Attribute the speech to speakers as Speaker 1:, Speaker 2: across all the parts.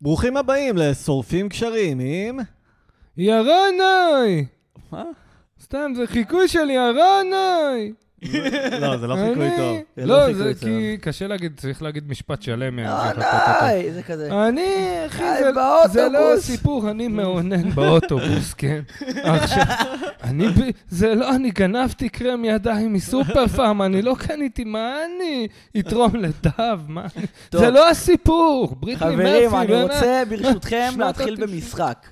Speaker 1: ברוכים הבאים לשורפים קשרים עם...
Speaker 2: ירנאי!
Speaker 1: מה?
Speaker 2: סתם, זה חיקוי של ירנאי!
Speaker 1: לא, זה לא חיקוי
Speaker 2: אני-
Speaker 1: טוב.
Speaker 3: זה לא
Speaker 2: לא,
Speaker 3: חיקוי
Speaker 2: זה
Speaker 3: טוב.
Speaker 2: כי קשה להגיד, צריך להגיד משפט שלם. אה, צריך לחכות אותו.
Speaker 3: ירנאי! זה כזה.
Speaker 2: אה, אני, אחי,
Speaker 3: היי,
Speaker 2: זה-
Speaker 3: אה, באוטובוס.
Speaker 2: זה לא הסיפור, אני מאונן באוטובוס, כן. עכשיו, אני, ב- זה לא, אני גנבתי קרם ידיים מסופר פארם, אני לא קניתי, מה אני אתרום לדם, מה אני...
Speaker 3: טוב.
Speaker 2: זה לא הסיפור, בריטני מרפי,
Speaker 3: חברים, אני
Speaker 2: באמת.
Speaker 3: רוצה ברשותכם
Speaker 2: שנות
Speaker 3: להתחיל
Speaker 2: ה-תשעים.
Speaker 3: במשחק.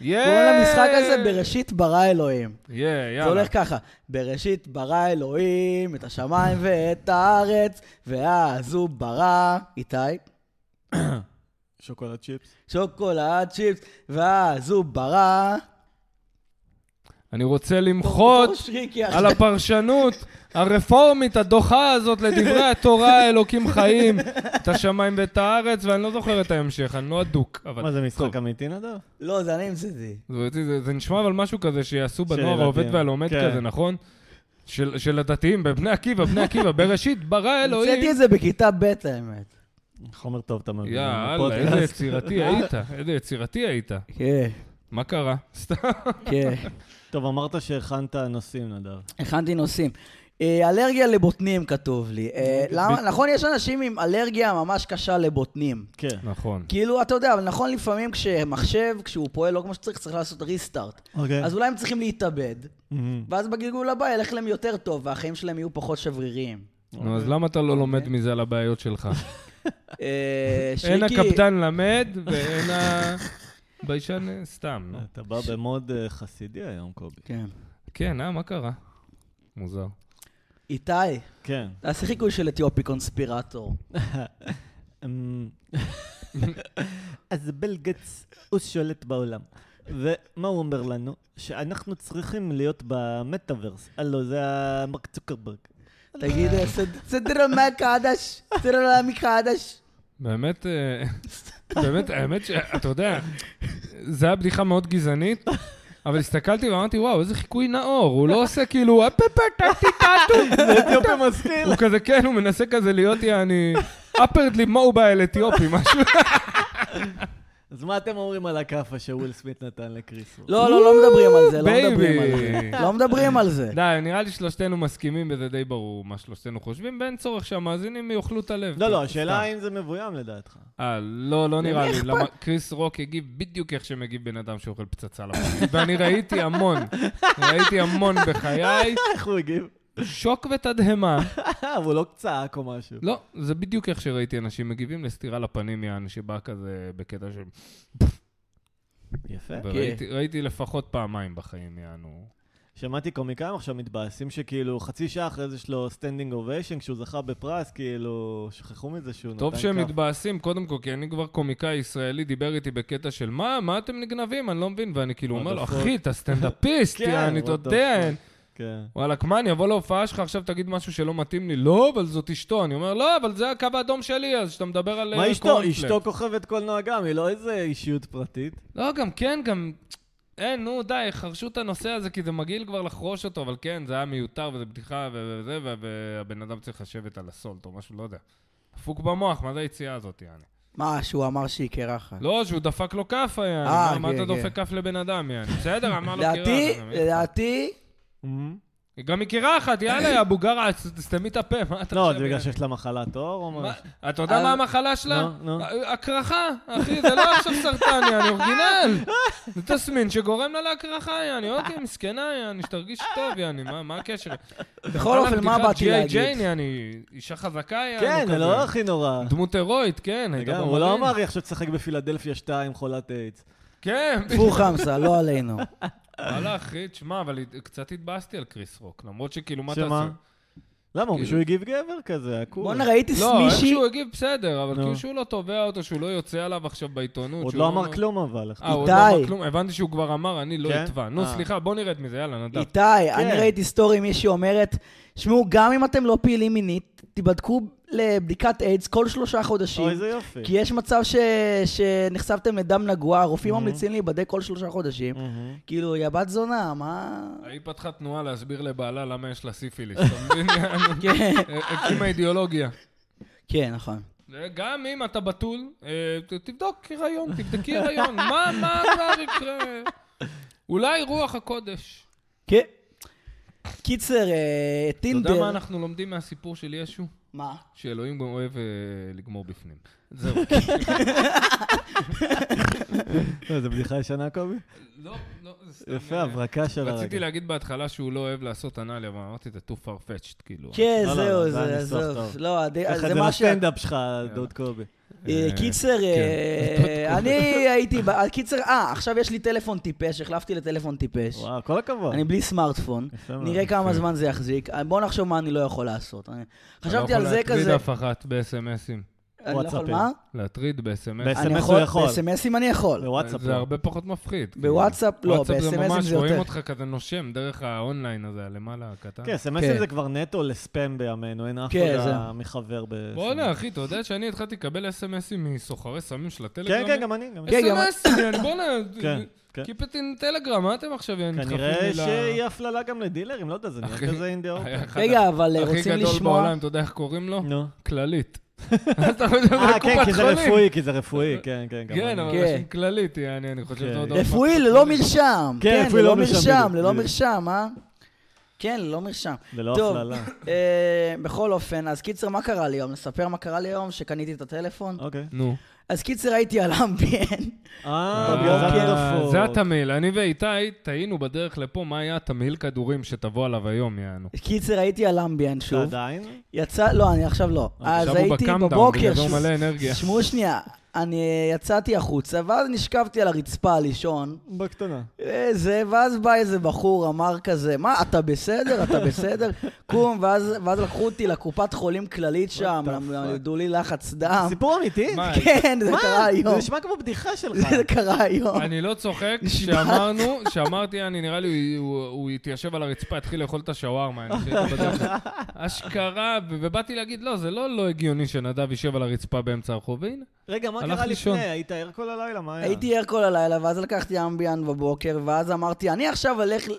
Speaker 2: יא!
Speaker 3: קוראים למשחק
Speaker 2: אה.
Speaker 3: הזה בראשית ברא אלוהים.
Speaker 2: יא, יאללה.
Speaker 3: זה הולך ככה, בראשית ברא אלוהים את השמיים ואת הארץ, ואז הוא ברא, איתי,
Speaker 1: שוקולד צ'יפס.
Speaker 3: שוקולד צ'יפס, ואז הוא ברא...
Speaker 2: אני רוצה למחות
Speaker 3: שריקי
Speaker 2: על הפרשנות הרפורמית הדוחה הזאת לדברי התורה, אלוקים חיים, את השמיים ואת הארץ, ואני לא זוכר את ההמשך, אני לא אדוק. אבל-
Speaker 1: מה, זה
Speaker 2: טוב.
Speaker 1: משחק אמיתי נדב?
Speaker 3: לא, זה אני המצאתי.
Speaker 2: זה- זה- זה נשמע אבל משהו כזה שיעשו
Speaker 1: של
Speaker 2: בנוער
Speaker 1: ילדים.
Speaker 2: העובד והלומד
Speaker 1: כן.
Speaker 2: כזה, נכון? של של הדתיים, בבני עקיבא, בני עקיבא, בראשית, ברא
Speaker 3: המצאתי
Speaker 2: אלוהים.
Speaker 3: את זה בכיתה ב' האמת.
Speaker 1: חומר טוב אתה מבין.
Speaker 2: יאללה,
Speaker 1: בפודקאסט.
Speaker 2: איזה יצירתי היית, איזה יצירתי היית.
Speaker 3: כן,
Speaker 2: מה קרה? סתם.
Speaker 3: כן.
Speaker 1: טוב, אמרת שהכנת נושאים, נדב.
Speaker 3: הכנתי נושאים. אה, אלרגיה לבוטנים כתוב לי. אה, למה? נכון, יש אנשים עם אלרגיה ממש קשה לבוטנים.
Speaker 1: כן.
Speaker 2: נכון.
Speaker 3: כאילו, אתה יודע, אבל נכון לפעמים כשמחשב, כשהוא פועל לא כמו שצריך, צריך לעשות ריסטארט.
Speaker 1: אוקיי.
Speaker 3: אז אולי הם צריכים להתאבד,
Speaker 2: Mm-hmm.
Speaker 1: מהמם.
Speaker 3: ואז בגלגול הבא ילך להם יותר טוב, והחיים שלהם יהיו פחות שבריריים.
Speaker 2: נו, אז למה אתה לא לומד מזה על הבעיות שלך?
Speaker 3: אה,
Speaker 2: אין
Speaker 3: שריקי,
Speaker 2: הקפדן למד ואין ה... ביישן אה, סתם. נו.
Speaker 1: אתה בא במוד אה, חסידי היום, קובי.
Speaker 3: כן.
Speaker 2: כן, אה, מה קרה? מוזר.
Speaker 3: איתי,
Speaker 1: כן.
Speaker 3: תעשה חיקוי של אתיופי קונספירטור.
Speaker 1: אמ, אז בלגץ הוא שולט בעולם. ומה הוא אומר לנו? שאנחנו צריכים להיות במטאוורס. הלו, זה המרק צוקרברג.
Speaker 3: תגיד, אה, סד- סדר המקדש, סדר המקדש.
Speaker 2: באמת, אה, באמת, האמת שאתה יודע, זו הייתה בדיחה מאוד גזענית, אבל הסתכלתי ואמרתי, וואו, איזה חיקוי נאור, הוא לא עושה כאילו, "אפפטטטטטו".
Speaker 1: זה אתיופי משכיל.
Speaker 2: הוא כזה, כן, הוא מנסה כזה להיות יעני, upwardly mobile אתיופי, משהו.
Speaker 1: אז מה אתם אומרים על הכאפה שוויל סמית נתן לקריס? רוק?
Speaker 3: לא, לא, לא מדברים על זה, לא
Speaker 2: בייבי.
Speaker 3: מדברים על זה. לא מדברים על זה.
Speaker 2: די, נראה לי שלושתנו מסכימים, וזה די ברור מה שלושתנו חושבים, ואין צורך שהמאזינים יאכלו את הלב.
Speaker 1: לא, לא,
Speaker 2: סתם.
Speaker 1: השאלה אם זה מבוים לדעתך.
Speaker 2: אה, לא, לא נראה לי.
Speaker 3: אכפת?
Speaker 2: למה קריס רוק הגיב בדיוק איך שמגיב בן אדם שאוכל פצצה לפעמים. ואני ראיתי המון, ראיתי המון בחיי,
Speaker 1: איך הוא הגיב?
Speaker 2: שוק ותדהמה.
Speaker 1: הוא לא צעק או משהו.
Speaker 2: לא, זה בדיוק איך שראיתי אנשים מגיבים לסטירה לפנים, יעני, שבא כזה בקטע של...
Speaker 1: יפה.
Speaker 2: וראיתי ראיתי לפחות פעמיים בחיים, יענו.
Speaker 1: שמעתי קומיקאים עכשיו מתבאסים שכאילו חצי שעה אחרי זה יש לו סטנדינג אוביישן כשהוא זכה בפרס, כאילו שכחו מזה שהוא נתן
Speaker 2: טוב שהם
Speaker 1: כף.
Speaker 2: מתבאסים, קודם כל, כי אני כבר קומיקאי ישראלי, דיבר איתי בקטע של מה, מה אתם נגנבים? אני לא מבין. ואני כאילו
Speaker 1: What
Speaker 2: אומר לו,
Speaker 1: the fuck?
Speaker 2: אחי, אתה סטנדאפיסט,
Speaker 1: כן,
Speaker 2: יעני,
Speaker 1: what
Speaker 2: אתה
Speaker 1: the
Speaker 2: יודע,
Speaker 1: fuck. כן.
Speaker 2: וואלכ, מה, אני אבוא להופעה שלך, עכשיו תגיד משהו שלא מתאים לי. לא, אבל זאת אשתו. אני אומר, לא, אבל זה הקו האדום שלי, אז כשאתה מדבר על...
Speaker 1: מה
Speaker 2: אה,
Speaker 1: אשתו?
Speaker 2: קורנפלקס."
Speaker 1: אשתו כוכבת קולנוע גם, היא לא איזה אישיות פרטית.
Speaker 2: לא, גם כן, גם... אין, נו, די, חרשו את הנושא הזה, כי זה מגעיל כבר לחרוש אותו, אבל כן, זה היה מיותר, וזה בדיחה, ו- וזה, ו- והבן אדם צריך לשבת על הסולט או משהו, לא יודע. דפוק במוח, מה זה היציאה הזאת, יעני?
Speaker 3: מה, שהוא אמר שהיא קרחת.
Speaker 2: לא, שהוא דפק לו כאפה, יעני.
Speaker 3: אה,
Speaker 2: מה- מה
Speaker 3: כן,
Speaker 2: אתה
Speaker 3: כן.
Speaker 2: דופק כף לבן אדם, יעני? בסדר, אמר לו
Speaker 3: לדעתי,
Speaker 2: קירה. לא, זה-
Speaker 3: לדעתי,
Speaker 2: גם מכירה אחת, יאללה, יא אבו גרעץ, תסתמי את הפה, מה אתה
Speaker 1: לא,
Speaker 2: חושב,
Speaker 1: זה בגלל
Speaker 2: יעני?
Speaker 1: שיש לה מחלת עור או משהו?
Speaker 2: מה, אתה יודע
Speaker 3: אבל-
Speaker 2: מה המחלה שלה?
Speaker 1: נו, נו.
Speaker 2: הקרחה, אחי, זה לא עכשיו סרטן, יעני, אורגינל. זה תסמין שגורם לה להקרחה, יעני, אוקיי, מסכנה, יעני, שתרגיש טוב, יעני, מה מה הקשר?
Speaker 3: בכל אופן, מה באתי להגיד?
Speaker 2: ג'יי ג'יין, יעני, אישה חזקה, יעני,
Speaker 1: כן, זה
Speaker 2: אה, כזה.
Speaker 1: לא הכי נורא.
Speaker 2: דמות הירואית, כן, הייתה
Speaker 1: לגמרי,
Speaker 2: במדים.
Speaker 1: הוא לא אמר, היא עכשיו תשחק בפילדלפיה 2 חולת איידס.
Speaker 2: כן,
Speaker 3: טפו חמסה, לא עלינו.
Speaker 2: וואלה, אחי, תשמע, אבל קצת התבאסתי על קריס רוק, למרות שכאילו, מה
Speaker 1: שמה?
Speaker 2: תעשה?
Speaker 1: למה? הוא
Speaker 2: כאילו-
Speaker 1: מישהו הגיב גבר כזה, הכול.
Speaker 3: בואנה, ראיתי
Speaker 2: לא, איך
Speaker 3: מישהי,
Speaker 2: שהוא הגיב בסדר, אבל
Speaker 1: נו.
Speaker 2: כאילו שהוא לא תובע אותו, שהוא לא יוצא עליו עכשיו בעיתונות.
Speaker 1: הוא עוד
Speaker 2: שהוא
Speaker 1: לא אמר כלום אבל. איך
Speaker 2: אה, הוא עוד
Speaker 3: איתי.
Speaker 2: לא אמר כלום, הבנתי שהוא כבר אמר, אני לא
Speaker 1: כן?
Speaker 2: אתבע. נו,
Speaker 1: אה.
Speaker 2: סליחה, בוא נרד מזה, יאללה, נדב.
Speaker 3: איתי, אני ראיתי סטורי, מישהי אומרת, שמעו, גם אם אתם לא פעילים מינית, תיבדקו לבדיקת איידס כל שלושה חודשים.
Speaker 1: אוי, איזה יופי.
Speaker 3: כי יש מצב ש... שנחשפתם לדם נגוע, הרופאים ממליצים להיבדק כל שלושה חודשים.
Speaker 1: מהמם.
Speaker 3: כאילו, יא בת זונה, מה...
Speaker 2: היא פתחה תנועה להסביר לבעלה למה יש לה סיפיליס, אתה מבין?
Speaker 3: כן,
Speaker 2: הקימה אידיאולוגיה.
Speaker 3: כן, נכון.
Speaker 2: גם אם אתה בתול, אה, ת- תבדוק הריון, תבדקי הריון. מה, מה כבר יקרה? אולי רוח הקודש.
Speaker 3: כן. קיצר, אה,
Speaker 2: אתה יודע מה
Speaker 3: טינדר...
Speaker 2: אנחנו לומדים מהסיפור של ישו?
Speaker 3: מה?
Speaker 2: שאלוהים גם אוהב אה, לגמור בפנים. זהו.
Speaker 1: לא, זו בדיחה ישנה, קובי?
Speaker 2: לא, לא, זה סתם...
Speaker 1: יפה,
Speaker 2: אה,
Speaker 1: הברקה של הרגע.
Speaker 2: רציתי להגיד בהתחלה שהוא לא אוהב לעשות אנליה, אבל אמרתי, זה too far-fetched, כאילו.
Speaker 3: כן,
Speaker 1: לא, לא,
Speaker 3: זהו,
Speaker 1: זה
Speaker 3: זה,
Speaker 1: היה ניסוח
Speaker 3: עזוב.
Speaker 1: טוב.
Speaker 3: לא, הד-
Speaker 1: ככה
Speaker 3: זה
Speaker 1: זה
Speaker 3: מה ש...
Speaker 1: הסטנדאפ שלך, דוד קובי.
Speaker 3: אה, קיצר, אה, אני הייתי... ב- אה, קיצר, אה, עכשיו יש לי טלפון טיפש, החלפתי לטלפון טיפש.
Speaker 1: וואו, כל הכבוד.
Speaker 3: אני בלי סמארטפון,
Speaker 1: יפה מאוד.
Speaker 3: נראה כמה
Speaker 2: יפה.
Speaker 3: זמן זה יחזיק. אה, בוא נחשוב מה אני לא יכול לעשות. אני- חשבתי על זה
Speaker 2: אתה לא יכול
Speaker 3: כזה...
Speaker 2: להטריד אף אחת ב-SMSים.
Speaker 3: אני לא יכול
Speaker 1: וואטסאפים.
Speaker 3: מה?
Speaker 2: להטריד ב-SMS.
Speaker 1: ב-SMS.
Speaker 3: אני יכול,
Speaker 1: הוא יכול.
Speaker 3: ב-SMSים אני יכול.
Speaker 1: בוואטסאפ. לא.
Speaker 2: זה הרבה פחות מפחיד. כאילו.
Speaker 3: בוואטסאפ, לא,
Speaker 2: וואטסאפ
Speaker 3: ב-SMSים
Speaker 2: ממש
Speaker 3: זה
Speaker 2: רואים
Speaker 3: יותר.
Speaker 2: אותך כזה נושם דרך האונליין הזה, הלמעלה הקטן.
Speaker 1: כן, סמסים
Speaker 3: כן.
Speaker 1: זה כבר נטו לספאם בימינו, אין אף
Speaker 3: כן,
Speaker 1: אחד
Speaker 3: זהו.
Speaker 1: מחבר ב...
Speaker 2: בואנה, אחי, אתה יודע שאני התחלתי לקבל אסמסים מסוחרי סמים של הטלגרם?
Speaker 1: כן, כן, גם אני, גם אני.
Speaker 3: כן, גם-
Speaker 2: אסמסים, יעני, בואנה,
Speaker 1: כן, כן.
Speaker 2: Keep it in telegram, מה אתם עכשיו, יעני,
Speaker 1: כנראה
Speaker 2: דחפים לי ל-
Speaker 1: שיהיה הפללה גם לדילרים, לא יודע, זה נראה
Speaker 2: אחי,
Speaker 1: כזה אינדיה אורפן.
Speaker 2: היה אחד
Speaker 3: רגע, אבל אה,
Speaker 2: הכי
Speaker 3: רוצים
Speaker 2: גדול
Speaker 3: לשמוע...
Speaker 2: בעולם, אתה יודע איך קוראים לו?
Speaker 1: נו.
Speaker 2: כללית. אז אתה חושב שזה
Speaker 1: אה, כן, כי
Speaker 2: קופת
Speaker 1: זה
Speaker 2: חולים.
Speaker 1: רפואי, כי זה רפואי, כן, כן, גם
Speaker 2: כן,
Speaker 1: אני.
Speaker 2: אבל
Speaker 3: כן.
Speaker 2: יש עם כללית, יעני, אני חושב
Speaker 1: כן.
Speaker 2: שזה עוד הרבה-
Speaker 3: רפואי ללא מרשם.
Speaker 1: כן,
Speaker 3: כן,
Speaker 1: רפואי
Speaker 3: ללא
Speaker 1: ללא מרשם,
Speaker 3: מרשם,
Speaker 1: בדיוק,
Speaker 3: ללא
Speaker 1: בדיוק.
Speaker 3: מרשם, אה? כן, ללא מרשם.
Speaker 1: ולא
Speaker 3: טוב.
Speaker 1: לא הפללה.
Speaker 3: אה, בכל אופן, אז קיצר, מה קרה לי היום? לספר מה קרה לי היום, שקניתי את הטלפון?
Speaker 1: אוקיי.
Speaker 2: נו.
Speaker 3: אז קיצר, הייתי על אמביאן.
Speaker 1: אה,
Speaker 3: אה,
Speaker 1: בגלל
Speaker 3: אוקיי.
Speaker 1: זה דפוק.
Speaker 2: זה התמהיל. אני ואיתי טעינו בדרך לפה מה היה התמהיל כדורים שתבוא עליו היום, יענו.
Speaker 3: קיצר, הייתי על אמביאן
Speaker 1: אתה
Speaker 3: שוב.
Speaker 1: עדיין?
Speaker 3: יצא, לא, אני עכשיו לא. אז
Speaker 2: עכשיו הוא
Speaker 3: הייתי
Speaker 2: בקאמדאון,
Speaker 3: בבוקר,
Speaker 2: בגלל זה הוא
Speaker 3: ש-
Speaker 2: מלא אנרגיה.
Speaker 3: שמעו שנייה, אני יצאתי החוצה, ואז נשכבתי על הרצפה לישון.
Speaker 1: בקטנה.
Speaker 3: אה, זה, ואז בא איזה בחור, אמר כזה, מה, אתה בסדר? אתה בסדר? קום, ואז, ואז לקחו אותי לקופת חולים כללית שם,
Speaker 1: What the
Speaker 3: למ-
Speaker 1: fuck?
Speaker 3: למדו לי לחץ דם.
Speaker 1: סיפור אמיתי?
Speaker 2: מה,
Speaker 3: כן, זה
Speaker 1: מה?
Speaker 3: קרה
Speaker 1: זה
Speaker 3: היום.
Speaker 1: נשמע כמו בדיחה שלך.
Speaker 3: זה קרה היום.
Speaker 2: אני לא צוחק
Speaker 3: נשבעת.
Speaker 2: שאמרנו, שאמרתי, אני נראה לי, הוא- הוא הוא התיישב על הרצפה, התחיל לאכול את השווארמה, אני חושב, בדרך. אשכרה, ו- ובאתי להגיד, לא, זה לא לא הגיוני שנדב יישב על הרצפה באמצע הרחוב, והנה.
Speaker 1: רגע, מה
Speaker 2: הלך
Speaker 1: קרה
Speaker 2: לישון.
Speaker 1: לפני? היית ער כל הלילה? מה היה?
Speaker 3: הייתי ער כל הלילה, ואז לקחתי אמביאן בבוקר, ואז אמרתי, אני עכשיו אלך ל-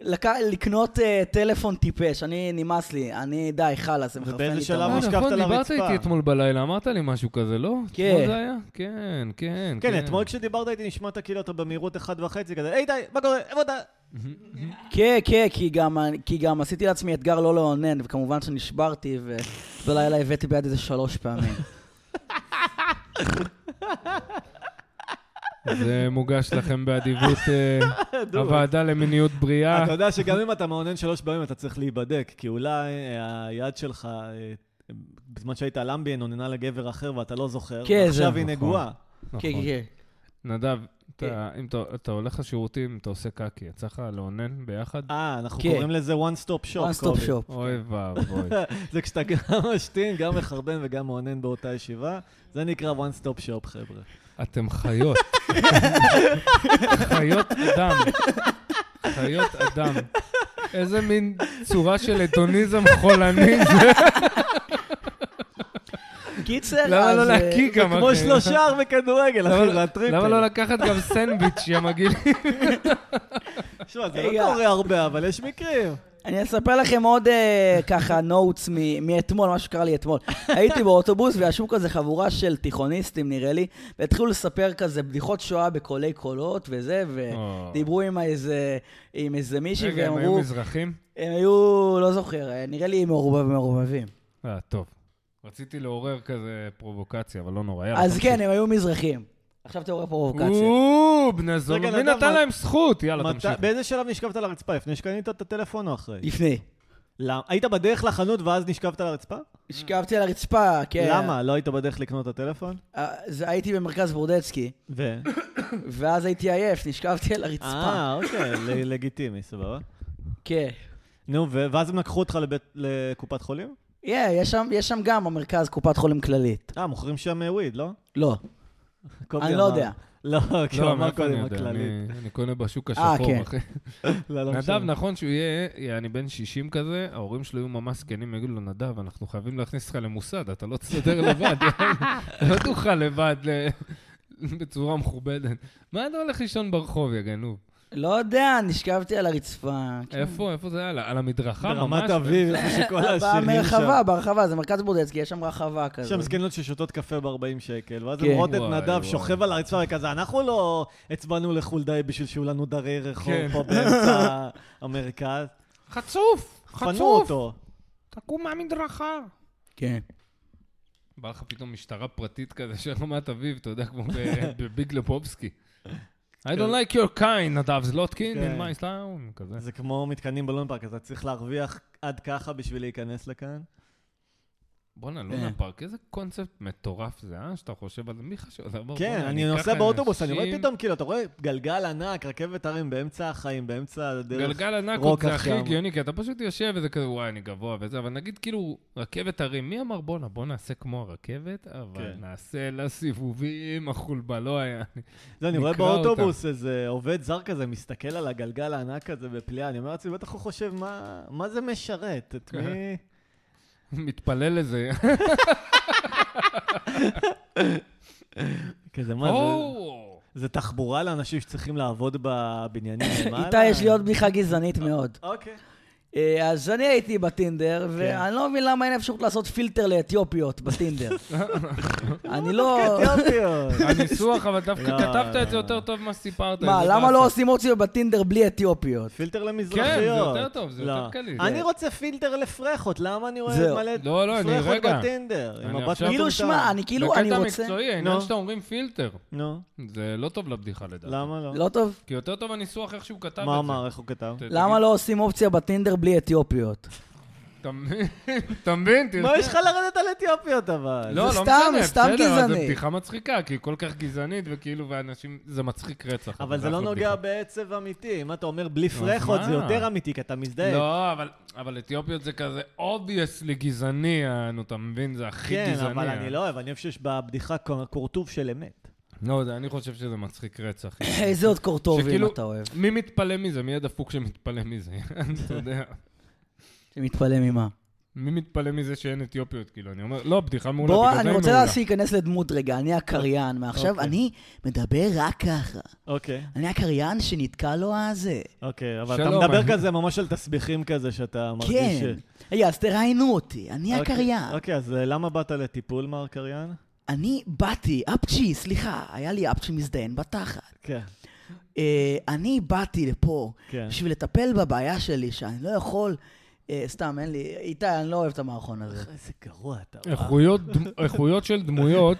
Speaker 3: לק... לקנות אה, טלפון טיפש, אני, נמאס לי, אני, די, חלאס, זה מחרפן לי את
Speaker 1: ובאיזה
Speaker 3: המוח.
Speaker 1: שלב למה
Speaker 2: אה,
Speaker 1: נשכבת
Speaker 2: נכון,
Speaker 1: על
Speaker 2: דיברת
Speaker 1: הרצפה?
Speaker 2: איתי אתמול בלילה, אמרת לי משהו כזה, לא?
Speaker 3: כן.
Speaker 2: אתמול זה היה? כן, כן,
Speaker 1: כן, אתמול כשדיברת איתי נשמעת כאילו אתה במהירות אחד וחצי כזה, היי די, מה קורה? איפה אתה?
Speaker 3: כן, כן, כי גם, כי גם עשיתי לעצמי אתגר לא לאונן, וכמובן שנשברתי, ובלילה הבאתי ביד איזה שלוש פעמים.
Speaker 2: זה מוגש לכם באדיבות אה, הוועדה למיניות בריאה.
Speaker 1: אה, אתה יודע שגם אם אתה מעונן שלוש פעמים אתה צריך להיבדק, כי אולי אה, היד שלך, אה, בזמן שהיית על אמביאן, עוננה לגבר אחר ואתה לא זוכר,
Speaker 3: כן,
Speaker 1: ועכשיו
Speaker 3: זהו.
Speaker 1: היא נגועה.
Speaker 2: נכון.
Speaker 3: כן, כן,
Speaker 2: נדב, אתה-
Speaker 3: אה.
Speaker 2: אם אתה- אתה הולך לשירותים, אתה עושה קקי, יצא לך לאונן ביחד?
Speaker 1: אה, אנחנו
Speaker 3: כן.
Speaker 1: קוראים לזה one stop shop.
Speaker 3: כן. one stop
Speaker 1: קובי.
Speaker 3: shop.
Speaker 2: אוי ואבוי.
Speaker 1: זה כשאתה גם משתין, גם מחרבן וגם מעונן באותה ישיבה, זה נקרא one stop shop, חבר'ה.
Speaker 2: אתם חיות. חיות אדם. חיות אדם. איזה מין צורה של הדוניזם חולני זה.
Speaker 3: קיצר, אז...
Speaker 2: למה לא
Speaker 3: אה,
Speaker 2: להקיא
Speaker 1: זה
Speaker 2: גם, אחי?
Speaker 1: כמו שלושה בכדורגל,
Speaker 2: למה-
Speaker 1: אחי, זה הטריפל.
Speaker 2: למה לא לקחת גם סנדוויץ', יא מגעיל?
Speaker 3: כן.
Speaker 1: שמע, זה לא
Speaker 3: רגע.
Speaker 1: קורה הרבה, אבל יש מקרים.
Speaker 3: אני אספר לכם עוד אה, ככה נוטס מאתמול, מה שקרה לי אתמול. הייתי באוטובוס וישבו כזה חבורה של תיכוניסטים, נראה לי, והתחילו לספר כזה בדיחות שואה בקולי קולות וזה, ודיברו עם איזה, עם איזה מישהי,
Speaker 2: רגע, הם היו
Speaker 3: ואמרו,
Speaker 2: מזרחים?
Speaker 3: הם היו, לא זוכר, אה, נראה לי מעורבב- מעורבבים.
Speaker 2: אה, טוב. רציתי לעורר כזה פרובוקציה, אבל לא נורא. יאללה,
Speaker 3: אז
Speaker 2: תמשיך.
Speaker 3: כן, הם היו מזרחים. עכשיו תיאוריה פרובוקציה.
Speaker 2: או, בני זוג,
Speaker 1: רגע,
Speaker 2: מי
Speaker 1: נדב,
Speaker 2: נתן
Speaker 1: מה-
Speaker 2: להם זכות? יאללה,
Speaker 1: מתי-
Speaker 2: תמשיך.
Speaker 1: באיזה שלב נשכבת על הרצפה? לפני שקנית את הטלפון או אחרי?
Speaker 3: לפני.
Speaker 1: למה? היית בדרך לחנות ואז נשכבת על הרצפה?
Speaker 3: השכבתי על הרצפה, כן.
Speaker 1: למה? לא היית בדרך לקנות את הטלפון?
Speaker 3: אה, זה- הייתי במרכז בורדצקי,
Speaker 1: ו...
Speaker 3: ואז הייתי עייף, נשכבתי על הרצפה.
Speaker 1: אה, אוקיי, ל- לגיטימי, סבבה.
Speaker 3: כן.
Speaker 1: נו, ו- ואז הם לקחו אותך לבית- לקופת חולים?
Speaker 3: Yeah, כן, יש, שם, יש שם גם במרכז קופת חולים כללית.
Speaker 1: אה, מוכרים שם אה, וויד, לא?
Speaker 3: לא,
Speaker 1: קובי
Speaker 3: אני
Speaker 1: אמר.
Speaker 3: לא יודע.
Speaker 1: לא, כי הוא
Speaker 2: לא,
Speaker 1: אמר
Speaker 2: מאיפה אני
Speaker 1: קודם
Speaker 2: יודע?
Speaker 1: הכללית.
Speaker 2: אני- אני קונה בשוק
Speaker 3: אה,
Speaker 2: השחור,
Speaker 3: כן.
Speaker 2: אחי.
Speaker 1: לא, לא
Speaker 2: נדב,
Speaker 1: משנה.
Speaker 2: נכון שהוא יהיה, יהיה, אני בן 60 כזה, ההורים שלו יהיו ממש זקנים, יגידו לו, נדב, אנחנו חייבים להכניס אותך למוסד, אתה לא תסתדר לבד, לא תוכל לבד ל- בצורה מכובדת. מה אתה הולך לישון ברחוב, יא גנוב?
Speaker 3: לא יודע, נשכבתי על הרצפה. כן.
Speaker 2: איפה, איפה זה היה? על- על המדרכה ממש?
Speaker 1: כן. ברמת אביב, איפה שכל העשירים
Speaker 3: במרחבה, ברחבה, זה מרכז בודצקי, יש שם רחבה
Speaker 1: יש שם
Speaker 3: כזאת.
Speaker 1: זקנות ששותות קפה ב-40 שקל, ואז הן
Speaker 3: כן.
Speaker 1: רואות את
Speaker 2: וואי,
Speaker 1: נדב
Speaker 2: וואי.
Speaker 1: שוכב על הרצפה וכזה, אנחנו לא הצבענו לחולדאי בשביל שיהיו לנו דרי רחוב
Speaker 2: כן.
Speaker 1: פה באמצע המרכז.
Speaker 2: חצוף!
Speaker 1: פנו
Speaker 2: חצוף!
Speaker 1: אותו.
Speaker 2: תקום מהמדרכה!
Speaker 3: כן.
Speaker 2: בא לך פתאום משטרה פרטית כזה של רמת אביב, אתה יודע, כמו ב- בביג לבובסקי. I don't like your kind, נדב לא זלוטקין, in
Speaker 1: כן.
Speaker 2: my town, כזה.
Speaker 1: זה כמו מתקנים בלון פארק, אתה צריך להרוויח עד ככה בשביל להיכנס לכאן.
Speaker 2: בואנה,
Speaker 1: אה.
Speaker 2: לונה פארק, איזה קונספט מטורף זה, אה? שאתה חושב על זה, מי חשב? אתה אומר,
Speaker 1: כן,
Speaker 2: בואנה,
Speaker 1: אני
Speaker 2: אקח
Speaker 1: נוסע באוטובוס, אני רואה
Speaker 2: אנשים-
Speaker 1: פתאום, כאילו, אתה רואה גלגל ענק, רכבת הרים באמצע החיים, באמצע הדרך.
Speaker 2: גלגל ענק עוד
Speaker 1: רוקח
Speaker 2: זה הכי
Speaker 1: שם.
Speaker 2: הגיוני, כי אתה פשוט יושב וזה כזה, וואי, אני גבוה וזה, אבל נגיד כאילו, רכבת הרים, מי אמר, בואנה, בוא נעשה כמו הרכבת, אבל
Speaker 1: כן.
Speaker 2: נעשה לה סיבובים, החולבלו היה.
Speaker 1: זה, אני רואה
Speaker 2: נקרא
Speaker 1: באוטובוס איזה עובד זר כזה מסתכל על הגלגל הענק הזה בפליאה, אני אומר לעצמי, בטח הוא חושב, "מה- מה זה משרת? את
Speaker 2: כן.
Speaker 1: מי...
Speaker 2: מתפלל לזה.
Speaker 1: כזה, מה זה?
Speaker 2: או,
Speaker 1: זה תחבורה לאנשים שצריכים לעבוד בבניינים למעלה?
Speaker 3: איתי, יש לי עוד בדיחה גזענית מאוד.
Speaker 1: אוקיי.
Speaker 3: אה, אז אני הייתי בטינדר,
Speaker 1: כן.
Speaker 3: ואני לא מבין למה אין אפשרות לעשות פילטר לאתיופיות בטינדר. אני לא...
Speaker 1: אתיופיות.
Speaker 2: הניסוח, אבל דווקא
Speaker 1: לא,
Speaker 2: כתבת את זה
Speaker 1: לא.
Speaker 2: יותר טוב ממה שסיפרת.
Speaker 3: מה,
Speaker 2: איזה
Speaker 3: למה
Speaker 2: באסה.
Speaker 3: לא עושים אופציות בטינדר בלי אתיופיות?
Speaker 1: פילטר למזרחיות.
Speaker 2: כן, זה יותר טוב, זה יותר
Speaker 1: לא.
Speaker 2: קליל.
Speaker 1: אני רוצה פילטר לפרחות, למה אני רואה
Speaker 3: זהו.
Speaker 1: מלא
Speaker 2: לא, לא, אני-
Speaker 1: פרחות
Speaker 2: רגע.
Speaker 1: בטינדר? עם
Speaker 2: אני
Speaker 1: הבת
Speaker 2: עכשיו-
Speaker 3: כאילו, שמע, אני כאילו, אני
Speaker 2: בקטע
Speaker 3: רוצה...
Speaker 2: מקצועי, העניין
Speaker 1: נו.
Speaker 2: שאתה אומרים פילטר.
Speaker 1: נו,
Speaker 2: זה לא טוב לבדיחה לדעתי.
Speaker 1: למה לא?
Speaker 3: לא טוב?
Speaker 2: כי יותר טוב הניסוח איך שהוא כתב את זה.
Speaker 1: מה אמר, איך הוא כתב?
Speaker 2: ת- תגיד,
Speaker 3: למה לא עושים אופציה בטינדר בלי אתיופיות?
Speaker 2: אתה מבין? אתה מבין? תראה.
Speaker 1: מה יש לך לרדת על אתיופיות אבל?
Speaker 2: לא,
Speaker 3: זה
Speaker 2: לא
Speaker 3: סתם,
Speaker 2: משנה,
Speaker 3: סתם
Speaker 2: בסדר, אבל זו
Speaker 3: גזעני.
Speaker 2: בדיחה מצחיקה, כי היא כל כך גזענית, וכאילו, ואנשים, זה מצחיק רצח.
Speaker 1: אבל זה לא
Speaker 2: אחלה
Speaker 1: נוגע
Speaker 2: בדיחה.
Speaker 1: בעצב אמיתי. אם אתה אומר בלי
Speaker 2: אז
Speaker 1: פרחות,
Speaker 2: מה?
Speaker 1: זה יותר אמיתי, כי אתה מזדהה.
Speaker 2: לא, אבל- אבל אתיופיות זה כזה אובייסלי גזעני, אה, נו, אתה מבין? זה הכי
Speaker 1: כן,
Speaker 2: גזעני.
Speaker 1: אבל
Speaker 2: אה.
Speaker 1: אני לא אוהב, אני חושב שיש בבדיחה כ- כורטוב של אמת.
Speaker 2: לא יודע, אני חושב שזה מצחיק רצח.
Speaker 3: איזה עוד קורטובים
Speaker 2: שכאילו-
Speaker 3: אתה אוהב?
Speaker 2: מי מתפלא מזה? מי הדפוק שמתפלא מזה? אתה יודע.
Speaker 3: שמתפלא ממה.
Speaker 2: מי מתפלא מזה שאין אתיופיות? כאילו, אני אומר, לא, בדיחה מעולה.
Speaker 3: בוא,
Speaker 2: בגלל זה
Speaker 3: אני
Speaker 2: היא
Speaker 3: רוצה
Speaker 2: מעולה.
Speaker 3: להיכנס לדמות רגע, אני הקריין. מעכשיו
Speaker 1: אוקיי.
Speaker 3: אני מדבר רק ככה.
Speaker 1: אוקיי,
Speaker 3: אני הקריין שנתקע לו הזה.
Speaker 1: אוקיי, אבל אתה
Speaker 2: שלום, אני-
Speaker 1: מדבר כזה ממש על תסביכים כזה, שאתה מרגיש... ש-
Speaker 3: כן. רגע, אז תראיינו אותי, אני
Speaker 1: אוקיי,
Speaker 3: הקריין.
Speaker 1: אוקיי, אז אה, למה באת לטיפול, מר קריין?
Speaker 3: אני באתי, אפצ'י, סליחה, היה לי אפצ'י מזדיין בתחת.
Speaker 1: כן,
Speaker 3: אה, אני באתי לפה
Speaker 1: כן.
Speaker 3: בשביל לטפל בבעיה שלי, שאני לא יכול... אה, סתם, אין לי... איתי, אני לא אוהב את המערכון הזה.
Speaker 1: איזה גרוע אתה.
Speaker 2: איכויות דמ- איכויות של דמויות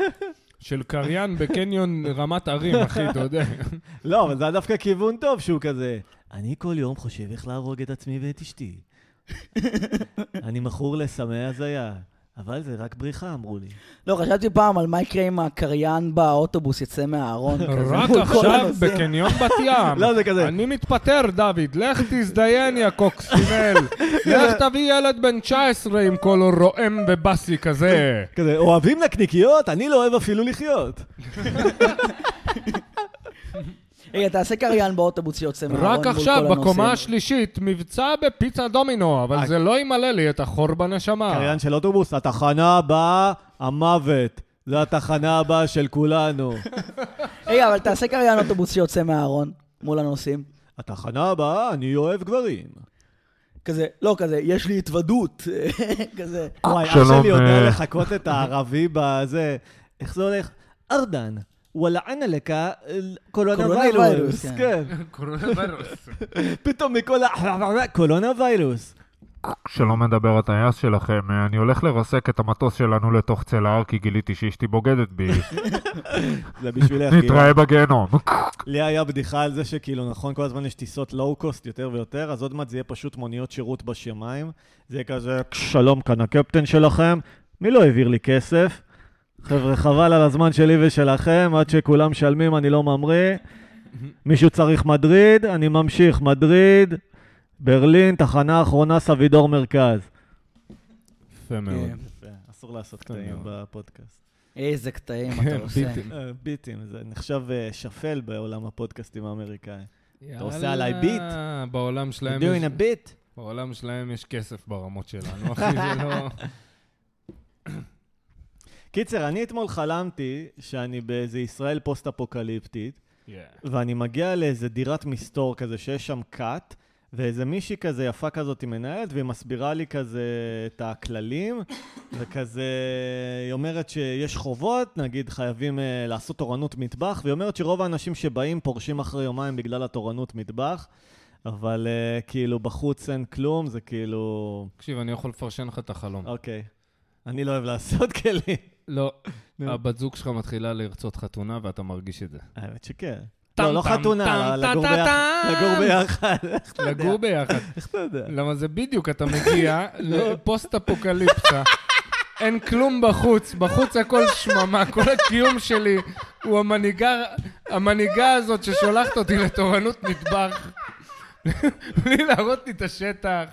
Speaker 2: של קריין בקניון רמת ערים, אחי, אתה יודע.
Speaker 1: לא, אבל זה היה דווקא כיוון טוב שהוא כזה. אני כל יום חושב איך להרוג את עצמי ואת אשתי. אני מכור לסמי הזיה, אבל זה רק בריחה, אמרו לי.
Speaker 3: לא, חשבתי פעם על מה יקרה אם הקריין באוטובוס יצא מהארון כזה.
Speaker 2: רק
Speaker 3: מול כל
Speaker 2: עכשיו
Speaker 3: הנוסעים.
Speaker 2: בקניון בת ים.
Speaker 1: לא, זה כזה.
Speaker 2: אני מתפטר, דוד. לך תזדיין, יא קוקסינל. לך תביא ילד בן 19 עם קול רועם ובאסי כזה.
Speaker 1: כזה, אוהבים נקניקיות? אני לא אוהב אפילו לחיות.
Speaker 3: רגע, תעשה קריין באוטובוס שיוצא מהארון מול
Speaker 2: רק
Speaker 3: כל הנוסעים.
Speaker 2: עכשיו, בקומה השלישית, מבצע בפיצה דומינו, אבל זה לא ימלא לי את החור בנשמה.
Speaker 1: אה. קריין של אוטובוס, התחנה הבאה, המוות. זו התחנה הבאה של כולנו.
Speaker 3: רגע, אבל תעשה קריין אוטובוס שיוצא מהארון מול הנוסעים.
Speaker 1: התחנה הבאה, אני אוהב גברים.
Speaker 3: כזה, לא כזה, יש לי התוודות. כזה.
Speaker 1: וואי, אח
Speaker 2: שלום,
Speaker 1: שלי יודע
Speaker 2: אה.
Speaker 1: לחקות את הערבי בזה. איך זה הולך? ארדן, וואלענה לך אל- קורונה
Speaker 3: קורונה
Speaker 1: ויירוס.
Speaker 3: ויירוס,
Speaker 1: כן. פתאום מכל ה... קורונה ויירוס.
Speaker 4: שלא מדבר הטייס שלכם, אני הולך לרסק את המטוס שלנו לתוך צלער כי גיליתי שאשתי בוגדת בי.
Speaker 1: זה בשבילך, כאילו.
Speaker 4: נתראה בגיהנום.
Speaker 1: לי היה בדיחה על זה שכאילו, נכון, כל הזמן יש טיסות לואו-קוסט יותר ויותר, אז עוד מעט זה יהיה פשוט מוניות שירות בשמיים. זה יהיה כזה, שלום, כאן הקפטן שלכם, מי לא העביר לי כסף? חבר'ה, חבל על הזמן שלי ושלכם, עד שכולם משלמים אני לא ממריא. מישהו צריך מדריד, אני ממשיך, מדריד, ברלין, תחנה אחרונה, סבידור מרכז.
Speaker 2: יפה מאוד.
Speaker 1: יפה, אסור לעשות
Speaker 2: קטעים
Speaker 1: קטעים בפודקאסט.
Speaker 3: אה, איזה קטעים אתה עושה.
Speaker 2: כן, בלתי.
Speaker 1: אה, ביטים, זה נחשב אה, שפל בעולם הפודקאסטים האמריקאי.
Speaker 2: אתה
Speaker 1: כן. עושה עליי ביט?
Speaker 2: בעולם שלהם יש-
Speaker 1: doing a bit?
Speaker 2: בעולם שלהם יש כסף ברמות שלנו, אחי, זה לא...
Speaker 1: קיצר, אני אתמול חלמתי שאני באיזה ישראל פוסט-אפוקליפטית, ואני מגיע לאיזה דירת מסתור כזה שיש שם כת, ואיזה מישהי כזה יפה כזאת היא מנהלת, והיא מסבירה לי כזה את הכללים, וכזה, היא אומרת שיש חובות, נגיד חייבים אה, לעשות תורנות מטבח, והיא אומרת שרוב האנשים שבאים פורשים אחרי יומיים בגלל התורנות מטבח, אבל אה, כאילו בחוץ אין כלום, זה כאילו...
Speaker 2: תקשיב, אני יכול לפרשן לך את החלום.
Speaker 1: אוקיי. אני לא אוהב לעשות כלים.
Speaker 2: לא,
Speaker 1: נו.
Speaker 2: הבת זוג שלך מתחילה לרצות חתונה ואתה מרגיש את זה.
Speaker 1: האמת שכן.
Speaker 2: טם,
Speaker 1: לא, לא
Speaker 2: טם,
Speaker 1: חתונה,
Speaker 2: טם,
Speaker 1: לגור
Speaker 2: טם,
Speaker 1: ביחד.
Speaker 2: טם.
Speaker 1: לגור ביחד.
Speaker 2: לגור ביחד.
Speaker 1: איך אתה יודע?
Speaker 2: למה זה בדיוק, אתה מגיע לפוסט אפוקליפסה, אין כלום בחוץ, בחוץ הכל שממה, כל הקיום שלי הוא המנהיגה, המנהיגה הזאת ששולחת אותי לתורנות מטבח, בלי להראות לי את השטח,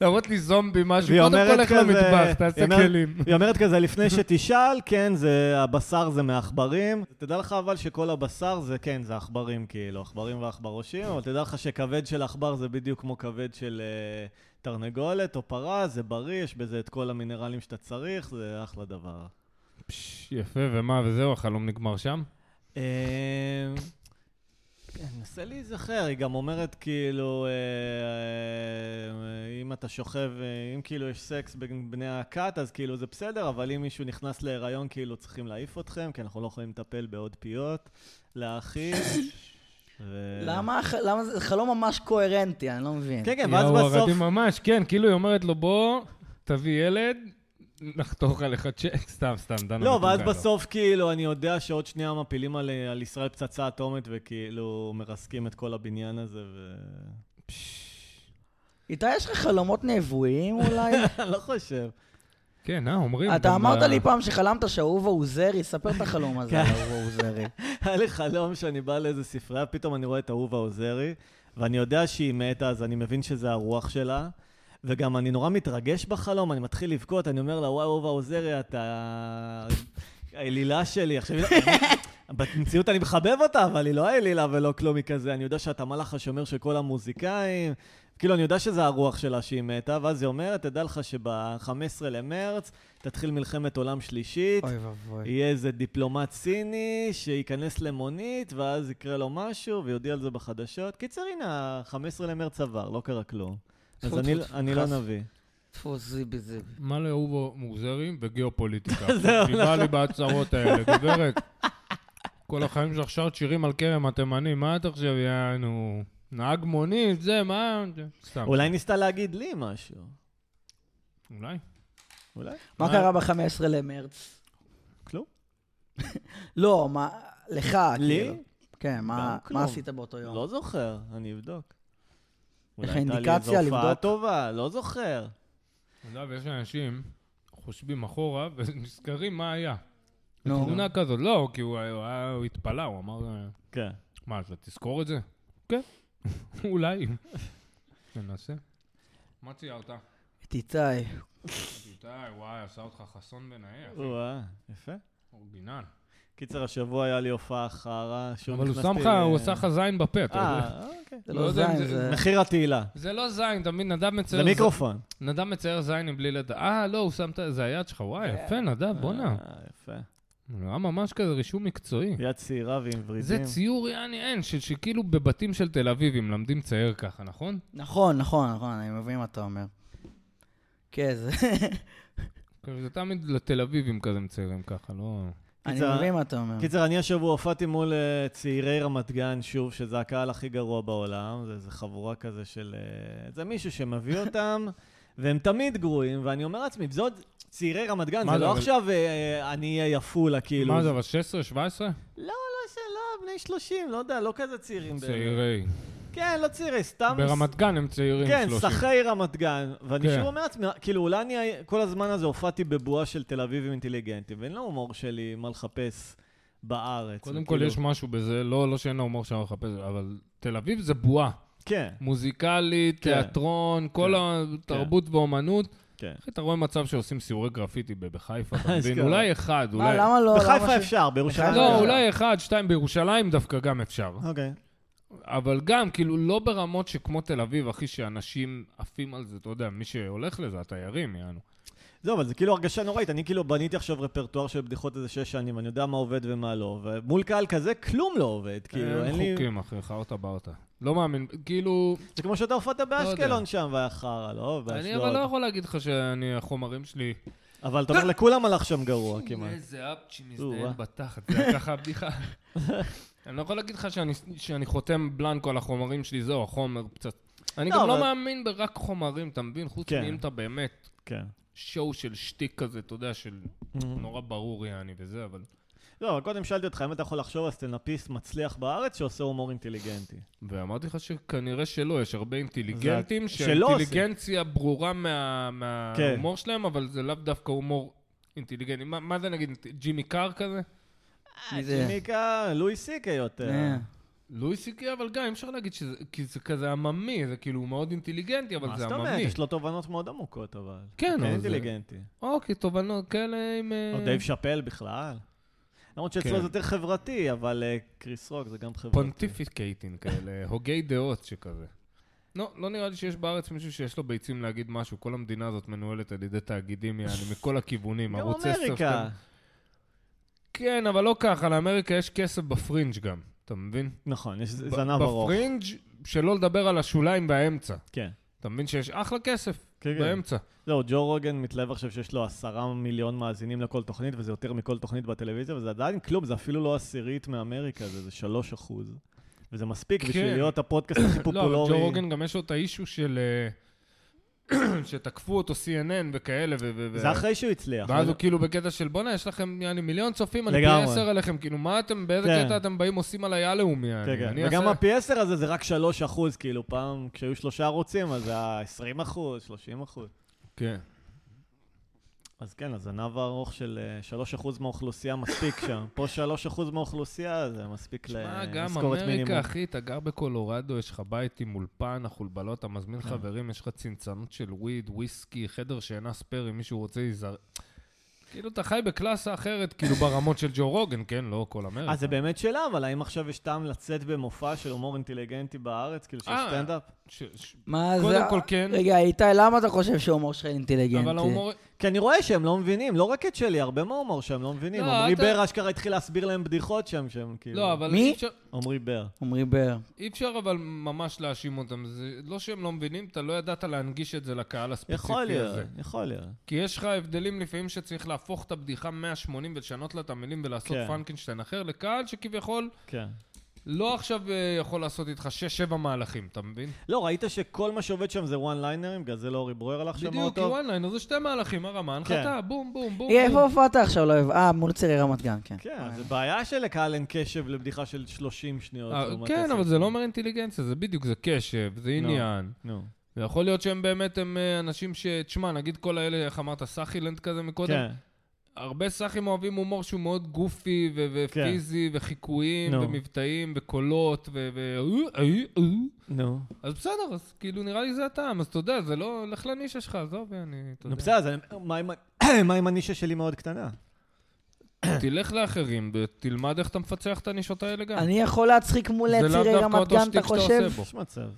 Speaker 2: להראות לי זומבי, משהו,
Speaker 1: והיא
Speaker 2: קודם כל
Speaker 1: אומרת
Speaker 2: לך
Speaker 1: כזה...
Speaker 2: למטבח,
Speaker 1: היא
Speaker 2: תעשה
Speaker 1: אומרת-
Speaker 2: כלים.
Speaker 1: היא אומרת כזה, לפני שתשאל, כן, זה הבשר זה מעכברים. תדע לך אבל שכל הבשר זה, כן, זה עכברים, כאילו, עכברים ועכברושים, אבל תדע לך שכבד של עכבר זה בדיוק כמו כבד של אה, תרנגולת או פרה, זה בריא, יש בזה את כל המינרלים שאתה צריך, זה אחלה דבר.
Speaker 2: פש, יפה, ומה, וזהו, החלום נגמר שם?
Speaker 1: אמ, כן, אני מנסה להיזכר, היא גם אומרת כאילו, אה, אה, אם אתה שוכב, אה, אם כאילו יש סקס בין בני הכת, אז כאילו זה בסדר, אבל אם מישהו נכנס להיריון, כאילו צריכים להעיף אתכם, כי אנחנו לא יכולים לטפל בעוד פיות, להאכיל. ו-
Speaker 3: למה הח- למה זה זה חלום ממש קוהרנטי, אני לא מבין.
Speaker 1: כן, כן, ואז
Speaker 2: יואו,
Speaker 1: בסוף...
Speaker 2: הרדי ממש, כן, כאילו היא אומרת לו, בוא, תביא ילד, נחתוך עליך צ'ק, סתם, סתם, דנה.
Speaker 1: לא,
Speaker 2: מתוקה,
Speaker 1: ואז בסוף כאילו, אני יודע שעוד שנייה מפילים על- אה, על ישראל פצצה אטומית וכאילו מרסקים את כל הבניין הזה, ו...
Speaker 3: איתי, יש לך חלומות נבואיים אולי?
Speaker 1: אני לא חושב.
Speaker 2: כן, אה, אומרים.
Speaker 3: אתה
Speaker 2: גם
Speaker 3: אמרת
Speaker 2: ל-
Speaker 3: לי פעם שחלמת שאהובה עוזרי, ספר את החלום הזה על אהובה עוזרי.
Speaker 1: היה לי חלום שאני בא לאיזה ספרייה, פתאום אני רואה את אהובה עוזרי, ואני יודע שהיא מתה, אז אני מבין שזה הרוח שלה. וגם אני נורא מתרגש בחלום, אני מתחיל לבכות, אני אומר לה, וואי, אהובה עוזרי, אתה... האלילה שלי. עכשיו, היא לא- אני- במציאות אני מחבב אותה, אבל היא לא האלילה ולא כלום היא כזה. אני יודע שאתה מלאך השומר של כל המוזיקאים. כאילו, אני יודע שזה הרוח שלה שהיא מתה, ואז היא אומרת, תדע לך שב-15 למרץ תתחיל מלחמת עולם שלישית.
Speaker 3: אוי ואבוי.
Speaker 1: יהיה איזה דיפלומט סיני שייכנס למונית, ואז יקרה לו משהו, ויודיע על זה בחדשות. קיצר, הנה, 15 למרץ עבר, לא קרה כלום. אז
Speaker 3: טפו,
Speaker 1: אני-
Speaker 3: טפו, טפו,
Speaker 1: אני לא
Speaker 3: חס.
Speaker 1: נביא.
Speaker 3: טפו, זיבי זיבי.
Speaker 2: מה לאהובו מוגזרים וגיאופוליטיקה.
Speaker 1: זהו,
Speaker 2: היא
Speaker 3: נכון.
Speaker 2: באה לי בהצהרות האלה, גברת. כל החיים שלך שרת שירים על כרם התימנים, מה אתה חושב, יענו? נהג מונית, זה, מה? סתם.
Speaker 1: אולי ניסתה להגיד לי משהו.
Speaker 2: אולי?
Speaker 1: אולי?
Speaker 3: מה
Speaker 2: מה?
Speaker 3: קרה ב-15 למרץ?
Speaker 1: כלום.
Speaker 3: לא, מה... לך, כאילו.
Speaker 1: לי?
Speaker 3: כן, מה-
Speaker 1: גם כלום.
Speaker 3: מה עשית באותו יום?
Speaker 1: לא זוכר, אני אבדוק. אולי
Speaker 3: לך
Speaker 1: הייתה לי איזו
Speaker 3: אינדיקציה
Speaker 1: הופעה
Speaker 3: לבדוק?
Speaker 1: טובה, לא זוכר.
Speaker 2: אגב, יש אנשים חושבים אחורה ונזכרים מה היה.
Speaker 3: נו.
Speaker 2: תמונה כזאת, לא, כי הוא היה- הוא התפלא, הוא אמר...
Speaker 1: כן.
Speaker 2: מה, אתה תזכור את זה? כן, אולי. ננסה. מה ציירת?
Speaker 3: את איתי.
Speaker 2: איתי, וואי, עשה אותך חסון בנאי, אחי.
Speaker 1: וואה, יפה.
Speaker 2: אורגינל.
Speaker 1: קיצר, השבוע היה לי הופעה חרא, שוב
Speaker 2: אבל הוא
Speaker 1: נכנסתי
Speaker 2: שם לך,
Speaker 1: ל-
Speaker 2: הוא עשה לך זין בפה, אתה יודע.
Speaker 1: אה, אוקיי.
Speaker 3: זה
Speaker 2: לא
Speaker 3: לא
Speaker 2: יודע אם
Speaker 3: זין,
Speaker 2: זה-
Speaker 3: זה...
Speaker 1: מחיר התהילה.
Speaker 2: זה לא זין, תמיד
Speaker 1: זה
Speaker 2: נדב מצייר זין.
Speaker 1: מיקרופון.
Speaker 2: נדב מצייר זין בלי לדעת. אה, לא, הוא שם את ה... זה היד שלך, וואי, יפה, נדב, בואנה.
Speaker 1: אה, יפה.
Speaker 2: הוא נראה ממש כזה רישום מקצועי.
Speaker 1: יד צעירה ועם ורידים.
Speaker 2: זה ציור, יעני, אין, ש- שכאילו בבתים של תל אביבים מלמדים צייר ככה, נכון?
Speaker 3: נכון, נכון, נכון, אני מבין מה אתה אומר. כן, זה...
Speaker 2: כאילו, זה תמיד לתל אביבים כזה מציירים ככה, לא...
Speaker 3: אני
Speaker 1: קיצר,
Speaker 3: מבין מה אתה
Speaker 2: כן.
Speaker 3: אומר.
Speaker 1: קיצר, אני השבוע הופעתי מול אה, צעירי רמת גן, שוב, שזה הקהל הכי גרוע בעולם, זה איזה חבורה כזה של... אה, זה מישהו שמביא אותם, והם תמיד גרועים, ואני אומר לעצמי, זה עוד צעירי רמת גן,
Speaker 2: מה
Speaker 1: זה
Speaker 2: זה,
Speaker 1: לא
Speaker 2: אבל-
Speaker 1: עכשיו אה, אני אהיה יפולה, כאילו.
Speaker 2: מה זה, אבל 16, 17?
Speaker 1: לא, ש- לא, בני 30, לא יודע, לא כזה צעירים. באמת.
Speaker 2: צעירי.
Speaker 1: כן, לא צעירי, סתם...
Speaker 2: ברמת גן הם צעירים,
Speaker 1: כן,
Speaker 2: 30.
Speaker 1: סחי רמת גן. ואני
Speaker 2: כן.
Speaker 1: שוב אומר לעצמי, כאילו, אולי אני כל הזמן הזה הופעתי בבועה של תל אביבים אינטליגנטים, ואין להומור שלי מה לחפש בארץ.
Speaker 2: קודם כל,
Speaker 1: וכאילו-
Speaker 2: יש משהו בזה, לא לא שאין ההומור שאני מחפש, אבל תל אביב זה בועה.
Speaker 1: כן,
Speaker 2: מוזיקלית,
Speaker 1: כן.
Speaker 2: תיאטרון, כל התרבות ואומנות.
Speaker 1: כן.
Speaker 2: אחי, אתה רואה מצב שעושים סיורי גרפיטי ב- בחיפה, אתה מבין?
Speaker 1: אשכרה.
Speaker 2: אולי אחד,
Speaker 3: מה,
Speaker 2: אולי...
Speaker 3: למה לא? למה
Speaker 1: בחיפה
Speaker 3: ש-
Speaker 1: אפשר, בירושלים.
Speaker 3: בחיפה
Speaker 2: לא,
Speaker 1: אפשר.
Speaker 2: אולי אחד, שתיים, בירושלים דווקא גם אפשר.
Speaker 1: אוקיי.
Speaker 2: אבל גם, כאילו, לא ברמות שכמו תל אביב, אחי, שאנשים עפים על זה, אתה יודע, מי שהולך לזה, התיירים, יענו.
Speaker 1: זהו, אבל זה כאילו הרגשה נוראית, אני כאילו בניתי עכשיו רפרטואר של בדיחות איזה שש שנים, אני יודע מה עובד ומה לא, ומול קהל כזה כלום לא עובד, כאילו, אין לי...
Speaker 2: חוקים, אחי, חרטה ברטה. לא מאמין, כאילו...
Speaker 1: זה כמו שאתה הופעת באשקלון שם, והיה חרא, לא?
Speaker 2: אני
Speaker 1: באשדוד.
Speaker 2: אבל לא יכול להגיד לך שאני, החומרים שלי...
Speaker 1: אבל אתה אומר, לכולם הלך שם גרוע כמעט.
Speaker 2: איזה אפצ'י
Speaker 1: או-אה.
Speaker 2: מזדיין בתחת, זה היה ככה הבדיחה. אני לא יכול להגיד לך שאני- שאני חותם בלנקו על החומרים שלי, זהו, החומר פצצ... אני
Speaker 1: לא,
Speaker 2: גם לא
Speaker 1: אבל-
Speaker 2: מאמין ברק חומרים, אתה מבין? חוץ
Speaker 1: כן.
Speaker 2: מאם אתה באמת
Speaker 1: כן.
Speaker 2: שואו של שטיק כזה, אתה יודע, של
Speaker 1: Mm-hmm.
Speaker 2: נורא ברור יעני וזה, אבל...
Speaker 1: לא, אבל קודם שאלתי אותך, אם אתה יכול לחשוב על סטנאפיסט מצליח בארץ שעושה הומור אינטליגנטי.
Speaker 3: אה,
Speaker 2: ואמרתי לך שכנראה שלא, יש הרבה אינטליגנטים
Speaker 1: זה- שלא עושים.
Speaker 2: שהאינטליגנציה ברורה מה-
Speaker 1: כן.
Speaker 2: מההומור שלהם, אבל זה לאו דווקא הומור אינטליגנטי. מה- מה זה נגיד, ג'ימי קאר כזה?
Speaker 3: מי זה?
Speaker 2: אה,
Speaker 1: צ'יניקה, לואי סי.קיי יותר.
Speaker 3: אה.
Speaker 2: לואי סי.קיי, לא אבל גם אי אפשר להגיד שזה כי זה כזה עממי, זה כאילו הוא מאוד אינטליגנטי, אבל
Speaker 1: מה
Speaker 2: זה
Speaker 1: זאת אומרת?
Speaker 2: עממי.
Speaker 1: יש לו תובנות מאוד עמוקות, אבל.
Speaker 2: כן,
Speaker 1: כן,
Speaker 2: אבל זה...
Speaker 1: אינטליגנטי.
Speaker 2: אוקיי, תובנות כאלה עם... אה,
Speaker 1: או דייב שאפל בכלל. למרות שאצלו
Speaker 2: כן.
Speaker 1: זה יותר חברתי, אבל אה, קריס רוק זה גם חברתי.
Speaker 2: פונטיפיקייטים כאלה, הוגי דעות שכזה. לא, לא נראה לי שיש בארץ מישהו שיש לו ביצים להגיד משהו. כל המדינה הזאת מנוהלת על ידי תאגידים, יעני, מכל הכיוונים,
Speaker 1: גם
Speaker 2: ערוץ 10.
Speaker 1: אמריקה.
Speaker 2: כן, אבל לא ככה, לאמריקה יש כסף בפרינג' גם, אתה מבין?
Speaker 1: נכון, יש
Speaker 2: ב-
Speaker 1: זנב ארוך.
Speaker 2: בפרינג', שלא לדבר על השוליים והאמצע.
Speaker 1: כן.
Speaker 2: אתה מבין שיש אחלה כסף
Speaker 1: כן, כן.
Speaker 2: באמצע.
Speaker 1: זהו, ג'ו רוגן מתלהב עכשיו שיש לו עשרה מיליון מאזינים לכל תוכנית, וזה יותר מכל תוכנית בטלוויזיה, וזה עדיין כלום, זה אפילו לא עשירית מאמריקה, זה זה שלוש אחוז. וזה מספיק
Speaker 2: כן.
Speaker 1: בשביל להיות הפודקאסט הכי
Speaker 2: לא, אבל ג'ו
Speaker 1: פופולורי.
Speaker 2: רוגן גם יש לו את האישו של... אה, שתקפו אותו CNN וכאלה, ו... ו- ו-
Speaker 1: זה אחרי שהוא הצליח.
Speaker 2: ואז
Speaker 1: אבל-
Speaker 2: הוא כאילו בקטע של בואנה, יש לכם יעני מיליון צופים, אני פי
Speaker 1: לגמרי.
Speaker 2: עשר עליכם, כאילו מה אתם, באיזה
Speaker 1: כן.
Speaker 2: קטע אתם באים עושים עליי הלאום, יעני?
Speaker 1: כן, כן.
Speaker 2: אני
Speaker 1: וגם
Speaker 2: אעשה-
Speaker 1: הפי עשר הזה זה רק שלוש אחוז, כאילו פעם כשהיו שלושה ערוצים, אז זה היה 20 אחוז, 30 אחוז.
Speaker 2: כן.
Speaker 1: אז כן, הזנב הארוך של אה, 3% מהאוכלוסייה מספיק שם. פה 3% מהאוכלוסייה זה מספיק
Speaker 2: תשמע,
Speaker 1: למשכורת
Speaker 2: גם
Speaker 1: אה, מינימום.
Speaker 2: אמריקה, אחי, אתה גר בקולורדו, יש לך בית עם אולפן, החולבלות, אתה מזמין
Speaker 1: כן.
Speaker 2: חברים, יש לך צנצנות של וויד, וויסקי, חדר שינה ספייר, אם מישהו רוצה להיזהר. כאילו, אתה חי בקלאסה אחרת, כאילו ברמות של ג'ו רוגן, כן? לא כל אמריקה.
Speaker 1: אז אה, זה באמת שאלה, אבל האם עכשיו יש טעם לצאת במופע של הומור אינטליגנטי בארץ, כאילו של
Speaker 2: אה.
Speaker 1: סטנדאפ?
Speaker 2: ש- ש-
Speaker 3: מה זה?
Speaker 2: קודם כל כן,
Speaker 3: רגע, איתי, למה אתה חושב שההומור שלך אינטליגנטי?
Speaker 2: אבל ההומור...
Speaker 1: כי אני רואה שהם לא מבינים, לא רק את שלי, הרבה מההומור שהם לא מבינים.
Speaker 2: לא,
Speaker 1: עמרי
Speaker 2: אתה-
Speaker 1: בר אשכרה התחיל להסביר להם בדיחות שם, שהם כאילו...
Speaker 2: לא, אבל
Speaker 3: מי?
Speaker 2: אי אפשר-
Speaker 1: עמרי בר.
Speaker 3: עמרי בר.
Speaker 2: אי אפשר אבל ממש להאשים אותם. זה לא שהם לא מבינים, אתה לא ידעת להנגיש את זה
Speaker 1: יכול
Speaker 2: לקהל הספציפי הזה.
Speaker 1: להיות, יכול להיות.
Speaker 2: כי יש לך הבדלים לפעמים שצריך להפוך את הבדיחה 180 ולשנות לה את המילים ולעשות
Speaker 1: כן.
Speaker 2: כן. פרנקנשטיין אחר לקהל שכביכול
Speaker 1: כן.
Speaker 2: לא עכשיו אה, יכול לעשות איתך 6-7 מהלכים, אתה מבין?
Speaker 1: לא, ראית שכל מה שעובד שם זה וואן ליינרים, בגלל זה לאורי ברואר הלך שם מאוד
Speaker 2: בדיוק,
Speaker 1: טוב?
Speaker 2: וואן ליינר זה שתי מהלכים, הרמה, הנחתה, בום, בום, בום.
Speaker 3: אה, איפה
Speaker 2: בום.
Speaker 3: הופעת עכשיו? לא הבנתי. אה, מול צירי רמת גן, כן.
Speaker 1: כן, זה בעיה שלקהל אין קשב לבדיחה של 30 שניות.
Speaker 2: אה,
Speaker 1: לעומת
Speaker 2: כן,
Speaker 1: עשר.
Speaker 2: אבל זה לא אומר אינטליגנציה, זה בדיוק, זה קשב, זה עניין.
Speaker 1: נו.
Speaker 2: ויכול להיות שהם באמת הם אה, אנשים ש... תשמע, נגיד כל האלה, איך אמרת, סאחילנד כזה מקודם?
Speaker 1: כן.
Speaker 2: הרבה סאחים אוהבים הומור שהוא מאוד גופי ו- ופיזי וחיקויים
Speaker 1: כן. נו.
Speaker 2: ומבטאים וקולות ו... ו- אה, אה, אה.
Speaker 1: נו.
Speaker 2: אז בסדר, אז כאילו נראה לי זה הטעם, אז אתה יודע, זה לא... לך לנישה שלך, עזוב, אני... אתה
Speaker 1: נו,
Speaker 2: יודע.
Speaker 1: בסדר, אז אני- מה עם ה- מה עם הנישה שלי מאוד קטנה?
Speaker 2: תלך לאחרים ותלמד איך אתה מפצח את הנישות האלה גם.
Speaker 3: אני יכול להצחיק מול
Speaker 2: זה לאו
Speaker 3: צירי
Speaker 2: דווקא
Speaker 3: רמת
Speaker 2: אותו
Speaker 3: גן,
Speaker 2: שטיק
Speaker 3: אתה
Speaker 2: שאתה עושה
Speaker 3: חושב?
Speaker 2: בו.
Speaker 1: יש מצב.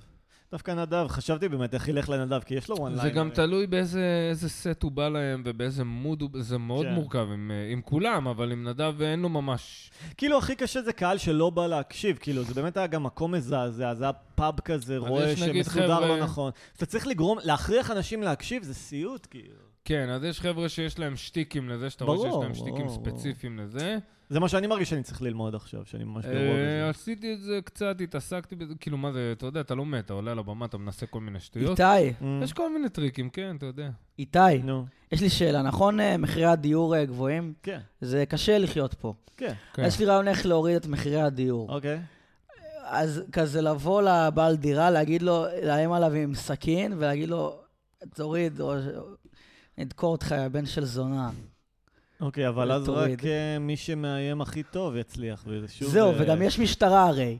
Speaker 1: דווקא נדב, חשבתי באמת איך ילך לנדב, כי יש לו וואן
Speaker 2: זה
Speaker 1: ליינר.
Speaker 2: גם תלוי באיזה איזה סט הוא בא להם ובאיזה מוד הוא... זה מאוד
Speaker 1: כן.
Speaker 2: מורכב עם, אה, עם כולם, אבל עם נדב אין לו ממש...
Speaker 1: כאילו, הכי קשה זה קהל שלא בא להקשיב, כאילו, זה באמת היה גם מקום מזעזע, זה היה פאב כזה,
Speaker 2: אבל
Speaker 1: רואה
Speaker 2: יש נגיד
Speaker 1: שמסודר לא
Speaker 2: חבר'ה-
Speaker 1: נכון. אז אתה צריך לגרום, להכריח אנשים להקשיב, זה סיוט, כאילו.
Speaker 2: כן, אז יש חבר'ה שיש להם שטיקים לזה, שאתה רואה שיש
Speaker 1: ברור,
Speaker 2: להם שטיקים
Speaker 1: ברור, ברור.
Speaker 2: ספציפיים לזה.
Speaker 1: זה מה שאני מרגיש שאני צריך ללמוד עכשיו, שאני ממש
Speaker 2: אה,
Speaker 1: גרוע בזה.
Speaker 2: עשיתי את זה קצת, התעסקתי בזה, כאילו מה זה, אתה יודע, אתה לא מת, אתה עולה על הבמה, אתה מנסה כל מיני שטויות.
Speaker 3: איתי,
Speaker 1: אמ,
Speaker 2: יש כל מיני טריקים, כן, אתה יודע.
Speaker 3: איתי,
Speaker 1: נו,
Speaker 3: יש לי שאלה, נכון אה, מחירי הדיור אה, גבוהים?
Speaker 1: כן,
Speaker 3: זה קשה לחיות פה.
Speaker 1: כן,
Speaker 2: כן.
Speaker 3: יש לי רעיון איך להוריד את מחירי הדיור.
Speaker 1: אוקיי.
Speaker 3: אז כזה לבוא לבעל דירה, להגיד לו, לאיים עליו עם סכין, ולהגיד לו, תוריד, או אני אדקור אותך, יא בן של זונה.
Speaker 1: אוקיי, אבל אז
Speaker 3: תוריד.
Speaker 1: רק אה, מי שמאיים הכי טוב יצליח, וזה שוב...
Speaker 3: זהו,
Speaker 1: אה,
Speaker 3: וגם יש משטרה הרי.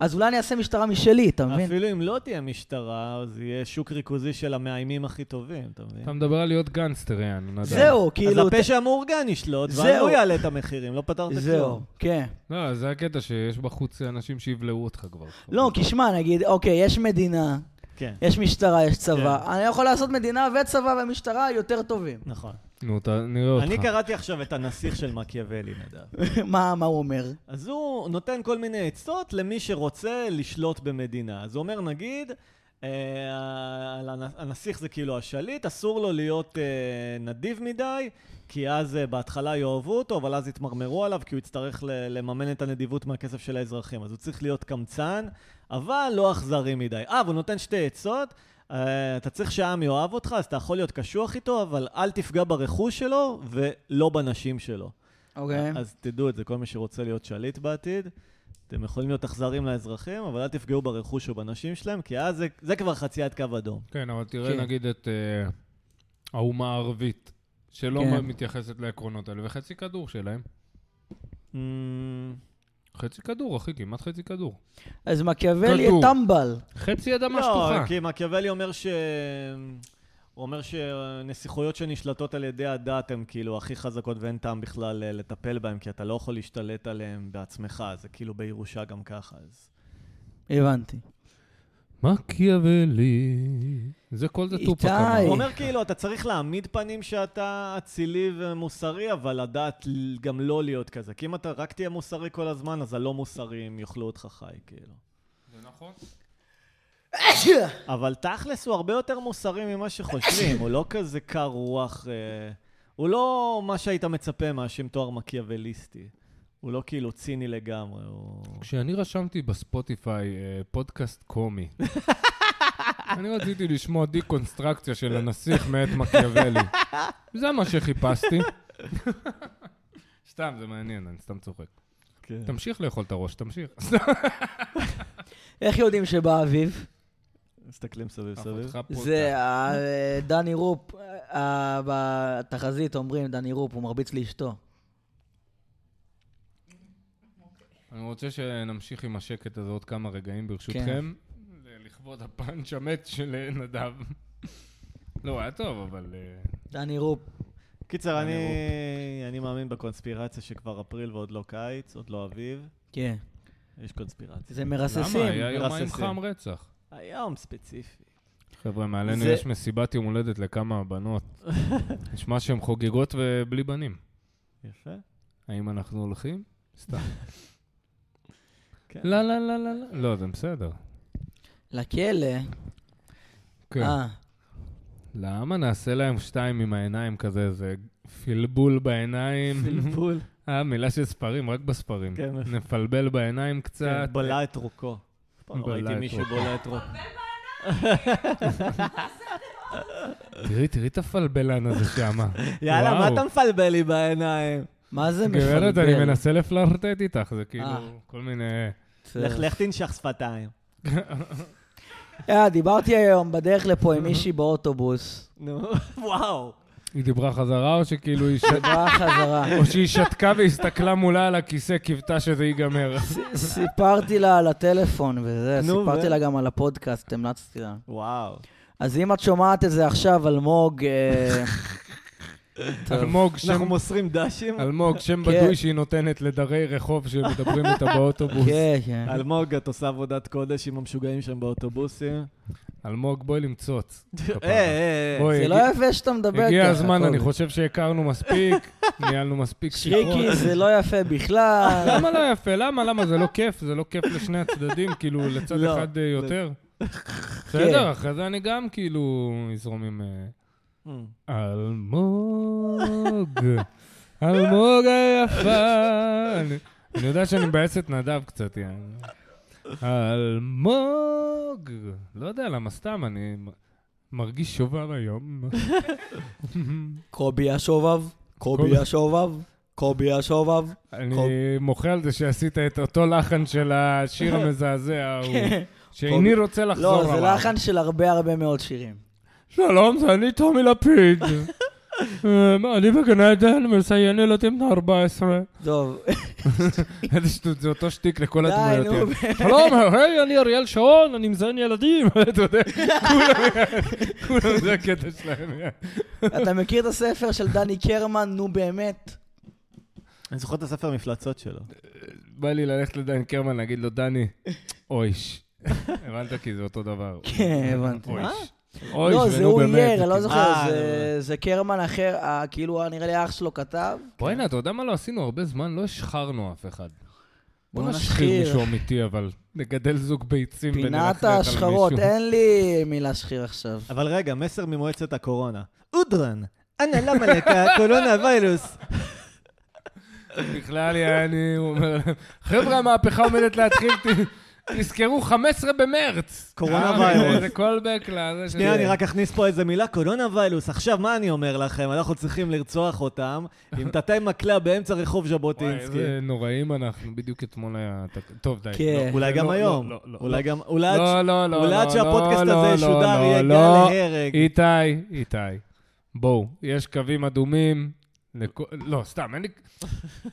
Speaker 3: אז אולי אני אעשה משטרה משלי, אתה מבין?
Speaker 1: אפילו אם לא תהיה משטרה, אז יהיה שוק ריכוזי של המאיימים הכי טובים, אתה מבין?
Speaker 2: אתה מדבר על להיות גנגסטר, יענו, נדב.
Speaker 3: זהו,
Speaker 1: אז
Speaker 3: כאילו...
Speaker 1: הפשע המאורגן ישלוט,
Speaker 3: זהו.
Speaker 1: ואז הוא יעלה את המחירים, לא פתרת
Speaker 3: זהו,
Speaker 1: כלום.
Speaker 3: כן.
Speaker 2: לא, זה הקטע שיש בחוץ אנשים שיבלעו אותך כבר.
Speaker 3: לא, כי שמע, נגיד, אוקיי, יש מדינה
Speaker 1: כן,
Speaker 3: יש משטרה, יש צבא.
Speaker 1: כן.
Speaker 3: אני יכול לעשות מדינה וצבא ומשטרה יותר טובים.
Speaker 1: נכון.
Speaker 2: נו, ת- נראה אותך.
Speaker 1: אני קראתי עכשיו את הנסיך של מקיאוולי, נדב.
Speaker 3: מה מה הוא אומר?
Speaker 1: אז הוא נותן כל מיני עצות למי שרוצה לשלוט במדינה. אז הוא אומר, נגיד, אה, על הנ- הנסיך זה כאילו השליט, אסור לו להיות אה, נדיב מדי, כי אז אה, בהתחלה יאהבו אותו, אבל אז יתמרמרו עליו, כי הוא יצטרך ל- לממן את הנדיבות מהכסף של האזרחים. אז הוא צריך להיות קמצן, אבל לא אכזרי מדי. אה, והוא נותן שתי עצות. אה, אתה צריך שהעם יאהב אותך, אז אתה יכול להיות קשוח איתו, אבל אל תפגע ברכוש שלו ולא בנשים שלו.
Speaker 3: אוקיי.
Speaker 1: אז תדעו את זה, כל מי שרוצה להיות שליט בעתיד, אתם יכולים להיות אכזרים לאזרחים, אבל אל תפגעו ברכוש או בנשים שלהם, כי אז זה, זה כבר חציית קו אדום.
Speaker 2: כן, אבל תראה
Speaker 3: כן.
Speaker 2: נגיד את אה, האומה הערבית, שלא
Speaker 3: כן.
Speaker 2: מתייחסת לעקרונות האלה, וחצי כדור שלהם.
Speaker 1: Mm,
Speaker 2: חצי כדור, אחי, כמעט חצי כדור.
Speaker 3: אז מקיאוולי
Speaker 2: כדור.
Speaker 3: טמבל.
Speaker 2: חצי אדמה
Speaker 1: לא,
Speaker 2: שטוחה.
Speaker 1: כי מקיאוולי אומר ש... הוא אומר שנסיכויות שנשלטות על ידי הדת הן כאילו הכי חזקות ואין טעם בכלל אה, לטפל בהן, כי אתה לא יכול להשתלט עליהן בעצמך, זה כאילו בירושה גם ככה, אז...
Speaker 3: הבנתי.
Speaker 2: מקיאוולי. זה כל זה טופק אמר.
Speaker 3: איתי.
Speaker 1: הוא אומר כאילו, אתה צריך להעמיד פנים שאתה אצילי ומוסרי, אבל לדעת ל- גם לא להיות כזה. כי אם אתה רק תהיה מוסרי כל הזמן, אז הלא מוסריים יאכלו אותך חי, כאילו.
Speaker 2: זה נכון.
Speaker 1: אבל תכלס הוא הרבה יותר מוסרי ממה שחושבים, הוא לא כזה קר רוח, אה, הוא לא מה שהיית מצפה מהשם תואר מקיאווליסטי. הוא לא כאילו ציני לגמרי, הוא...
Speaker 2: כשאני רשמתי בספוטיפיי אה, פודקאסט קומי, אני רציתי לשמוע דיקונסטרקציה של הנסיך מאת מקיאוולי. זה מה שחיפשתי. סתם, זה מעניין, אני סתם צוחק.
Speaker 1: כן.
Speaker 2: תמשיך לאכול את הראש, תמשיך.
Speaker 3: איך יודעים שבא אביב?
Speaker 1: מסתכלים סביב סביב.
Speaker 2: אחותך פה,
Speaker 3: זה ה- אה, דני רופ, אה, בתחזית אומרים, דני רופ, הוא מרביץ לאשתו.
Speaker 2: אני רוצה שנמשיך עם השקט הזה עוד כמה רגעים, ברשותכם. ל- לכבוד הפאנץ' המת של אה, נדב. לא, היה טוב, אבל... אה,
Speaker 3: דני רופ.
Speaker 1: קיצר, אני, אני מאמין בקונספירציה שכבר אפריל ועוד לא קיץ, עוד לא אביב.
Speaker 3: כן.
Speaker 1: יש קונספירציה.
Speaker 3: זה
Speaker 2: למה?
Speaker 3: מרססים.
Speaker 2: היה יומיים
Speaker 1: מרססים.
Speaker 2: חם רצח.
Speaker 1: היום ספציפי.
Speaker 2: חבר'ה, מעלינו
Speaker 3: זה-
Speaker 2: יש מסיבת יום הולדת לכמה בנות. נשמע שהן חוגגות ובלי בנים.
Speaker 1: יפה.
Speaker 2: האם אנחנו הולכים? סתם.
Speaker 1: כן.
Speaker 2: לא, לא, לא, לא, לא. לא, זה בסדר.
Speaker 3: לכלא.
Speaker 2: כן.
Speaker 3: אה,
Speaker 2: למה נעשה להם שתיים עם העיניים כזה, איזה פלבול בעיניים?
Speaker 1: פלפול.
Speaker 2: אה, מילה של ספרים, רק בספרים.
Speaker 1: כן.
Speaker 2: נפלבל בעיניים
Speaker 1: כן,
Speaker 2: קצת.
Speaker 1: בלע את רוקו. אף פעם לא
Speaker 2: בלע
Speaker 1: ראיתי
Speaker 2: את
Speaker 1: מישהו
Speaker 2: רוקו.
Speaker 1: בולע את רוקו.
Speaker 2: תראי, תראי את הפלבלן הזה שמה.
Speaker 1: יאללה, מה
Speaker 2: וואו.
Speaker 1: אתה מפלבל לי בעיניים?
Speaker 3: מה זה
Speaker 2: גברת, אני
Speaker 3: מפלבל?
Speaker 2: מנסה לפלרטט איתך, זה
Speaker 3: אה.
Speaker 2: כאילו כל מיני...
Speaker 3: טוב.
Speaker 1: לך, לך תנשך שפתיים.
Speaker 3: אה, דיברתי היום בדרך לפה עם מישהי באוטובוס.
Speaker 1: נו, וואו.
Speaker 2: היא דיברה חזרה, או שכאילו היא ש-
Speaker 3: דיברה חזרה.
Speaker 2: או שהיא שתקה והסתכלה מולה על הכיסא, קיוותה שזה ייגמר.
Speaker 3: ס- סיפרתי לה על הטלפון וזה,
Speaker 1: נו,
Speaker 3: סיפרתי
Speaker 1: ו-
Speaker 3: לה גם על הפודקאסט, המלצתי לה.
Speaker 1: וואו.
Speaker 3: אז אם את שומעת את זה עכשיו, אלמוג... אה, טוב.
Speaker 2: אלמוג, שם-
Speaker 1: אנחנו מוסרים דשים?
Speaker 2: אלמוג, שם
Speaker 3: כן.
Speaker 2: בדוי שהיא נותנת לדרי רחוב שמדברים איתה באוטובוס.
Speaker 3: כן, כן.
Speaker 1: אלמוג, את עושה עבודת קודש עם המשוגעים שם באוטובוסים.
Speaker 2: אלמוג, בואי למצוץ.
Speaker 1: אה, אה, אה.
Speaker 2: בואי,
Speaker 3: זה לא
Speaker 2: הגיע-
Speaker 3: יפה שאתה מדבר ככה.
Speaker 2: הגיע הזמן,
Speaker 3: קובי.
Speaker 2: אני חושב שהכרנו מספיק, ניהלנו מספיק שיחות.
Speaker 3: שריקי, זה לא יפה בכלל.
Speaker 2: למה לא יפה? למה? למה? זה לא כיף, זה לא כיף לשני הצדדים, כאילו, לצד
Speaker 1: לא,
Speaker 2: אחד אה,
Speaker 1: זה-
Speaker 2: יותר.
Speaker 3: כן.
Speaker 2: בסדר, אחרי זה אני גם כאילו אזרום עם... אה,
Speaker 1: אה.
Speaker 2: אלמוג, אלמוג היפה. אני- אני יודע שאני מבאס את נדב קצת, יעני. אלמוג. לא יודע למה, סתם, אני מ- מרגיש שובב היום.
Speaker 3: קובי השובב,
Speaker 2: קובי.
Speaker 3: קובי השובב, קובי השובב.
Speaker 2: אני מוחה על זה שעשית את אותו לחן של השיר המזעזע ההוא, שאיני
Speaker 3: קובי.
Speaker 2: רוצה לחזור
Speaker 3: כן. לא,
Speaker 2: עליו.
Speaker 3: זה לחן של הרבה הרבה מאוד שירים.
Speaker 2: שלום, זה אני טומי לפיד. אה, אני בגן עדן מסיין ילדים בני 14.
Speaker 3: טוב,
Speaker 2: איזה שטות, זה אותו שטיק לכל
Speaker 3: די,
Speaker 2: הדמויות.
Speaker 3: נו,
Speaker 2: יעני. שלום, היי, אני אריאל שרון, אני מזיין ילדים, אתה יודע, כולם, כולם זה הקטע שלהם. יעני.
Speaker 3: אתה מכיר את הספר של דני קרמן, נו באמת?
Speaker 1: אני זוכר את הספר מפלצות שלו.
Speaker 2: בא לי ללכת לדן קרמן, להגיד לו, דני, אוי, ש- הבנת כי זה אותו דבר.
Speaker 3: כן, הבנתי.
Speaker 2: אויש.
Speaker 1: מה?
Speaker 2: אויש,
Speaker 3: לא, זה
Speaker 2: ונו
Speaker 3: הוא
Speaker 2: באמת. כאילו-
Speaker 3: אייר, אני לא
Speaker 1: אה,
Speaker 3: זוכר, זה- זה קרמן אחר, אה, כאילו נראה לי אח שלו כתב.
Speaker 2: בוא'נה, אתה יודע מה לא עשינו הרבה זמן? לא השחרנו אף אחד.
Speaker 3: בוא
Speaker 2: בוא נשחיר
Speaker 3: נשחיר.
Speaker 2: מישהו אמיתי, אבל נגדל זוג ביצים
Speaker 3: פינת
Speaker 2: ונלכלך על
Speaker 3: השחרות,
Speaker 2: מישהו.
Speaker 3: אין לי מילה שחיר עכשיו.
Speaker 1: אבל רגע, מסר ממועצת הקורונה. אודרן, אנא למה לך קורונה ויירוס?
Speaker 2: בכלל, יעני, הוא אומר להם, חבר'ה, המהפכה עומדת להתחיל, ת- תזכרו, 15 במרץ.
Speaker 1: קורונה
Speaker 2: אה,
Speaker 1: ויירוס.
Speaker 2: זה קולבק לזה ש...
Speaker 1: שנייה, אני רק אכניס פה איזה מילה, קורונה ויירוס. עכשיו, מה אני אומר לכם? אנחנו צריכים לרצוח אותם עם תתי מקלע באמצע רחוב
Speaker 2: וואי,
Speaker 1: ז'בוטינסקי.
Speaker 2: איזה נוראים אנחנו, בדיוק אתמול היה... תק- טוב, די.
Speaker 3: כן.
Speaker 2: לא,
Speaker 1: אולי
Speaker 2: לא,
Speaker 1: גם
Speaker 2: לא,
Speaker 1: היום.
Speaker 2: לא, לא,
Speaker 1: אולי
Speaker 2: לא.
Speaker 1: גם... אולי עד
Speaker 2: לא,
Speaker 1: ש-
Speaker 2: לא, לא.
Speaker 1: אולי עד
Speaker 2: לא,
Speaker 1: שהפודקאסט
Speaker 2: לא,
Speaker 1: הזה
Speaker 2: לא,
Speaker 1: ישודר
Speaker 2: לא,
Speaker 1: יהיה גל
Speaker 2: לא.
Speaker 1: להרג.
Speaker 2: איתי, איתי, בואו, יש קווים אדומים. לכו- לא, סתם, אין לי...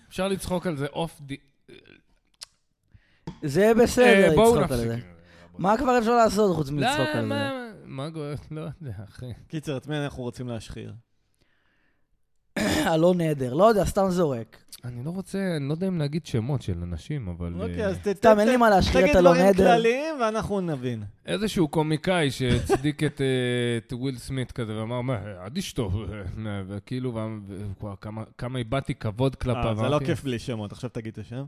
Speaker 2: אפשר לצחוק על זה אוף די...
Speaker 3: זה
Speaker 2: אה,
Speaker 3: בסדר
Speaker 2: בואו
Speaker 3: לצחוק על
Speaker 2: נפסיק.
Speaker 3: זה.
Speaker 2: עם זה, רבותיי.
Speaker 3: מה כבר אפשר לעשות חוץ
Speaker 2: לא,
Speaker 3: מלצחוק על זה?
Speaker 2: מה- מה גורם? לא יודע, אחי.
Speaker 1: קיצר, את מי אנחנו רוצים להשחיר?
Speaker 3: אלון נדר, לא יודע, סתם זורק.
Speaker 2: אני לא רוצה, אני לא יודע אם להגיד שמות של אנשים, אבל...
Speaker 1: אוקיי,
Speaker 2: אה,
Speaker 1: אז ת- ת-
Speaker 3: סתם, אין לי
Speaker 1: ת-
Speaker 3: מה להשחיר
Speaker 1: תגיד
Speaker 3: את אלון
Speaker 1: דברים
Speaker 3: נדר.
Speaker 1: כלליים ואנחנו נבין.
Speaker 2: איזשהו קומיקאי שהצדיק את, אה, את וויל סמית כזה, ואמר, מה, עד אשתו, אה, וכאילו, וה- וכבר כמה- כמה איבדתי כבוד
Speaker 1: אה,
Speaker 2: כלפיו.
Speaker 1: זה לא
Speaker 2: אמרתי,
Speaker 1: כיף בלי שמות, עכשיו תגיד את השם.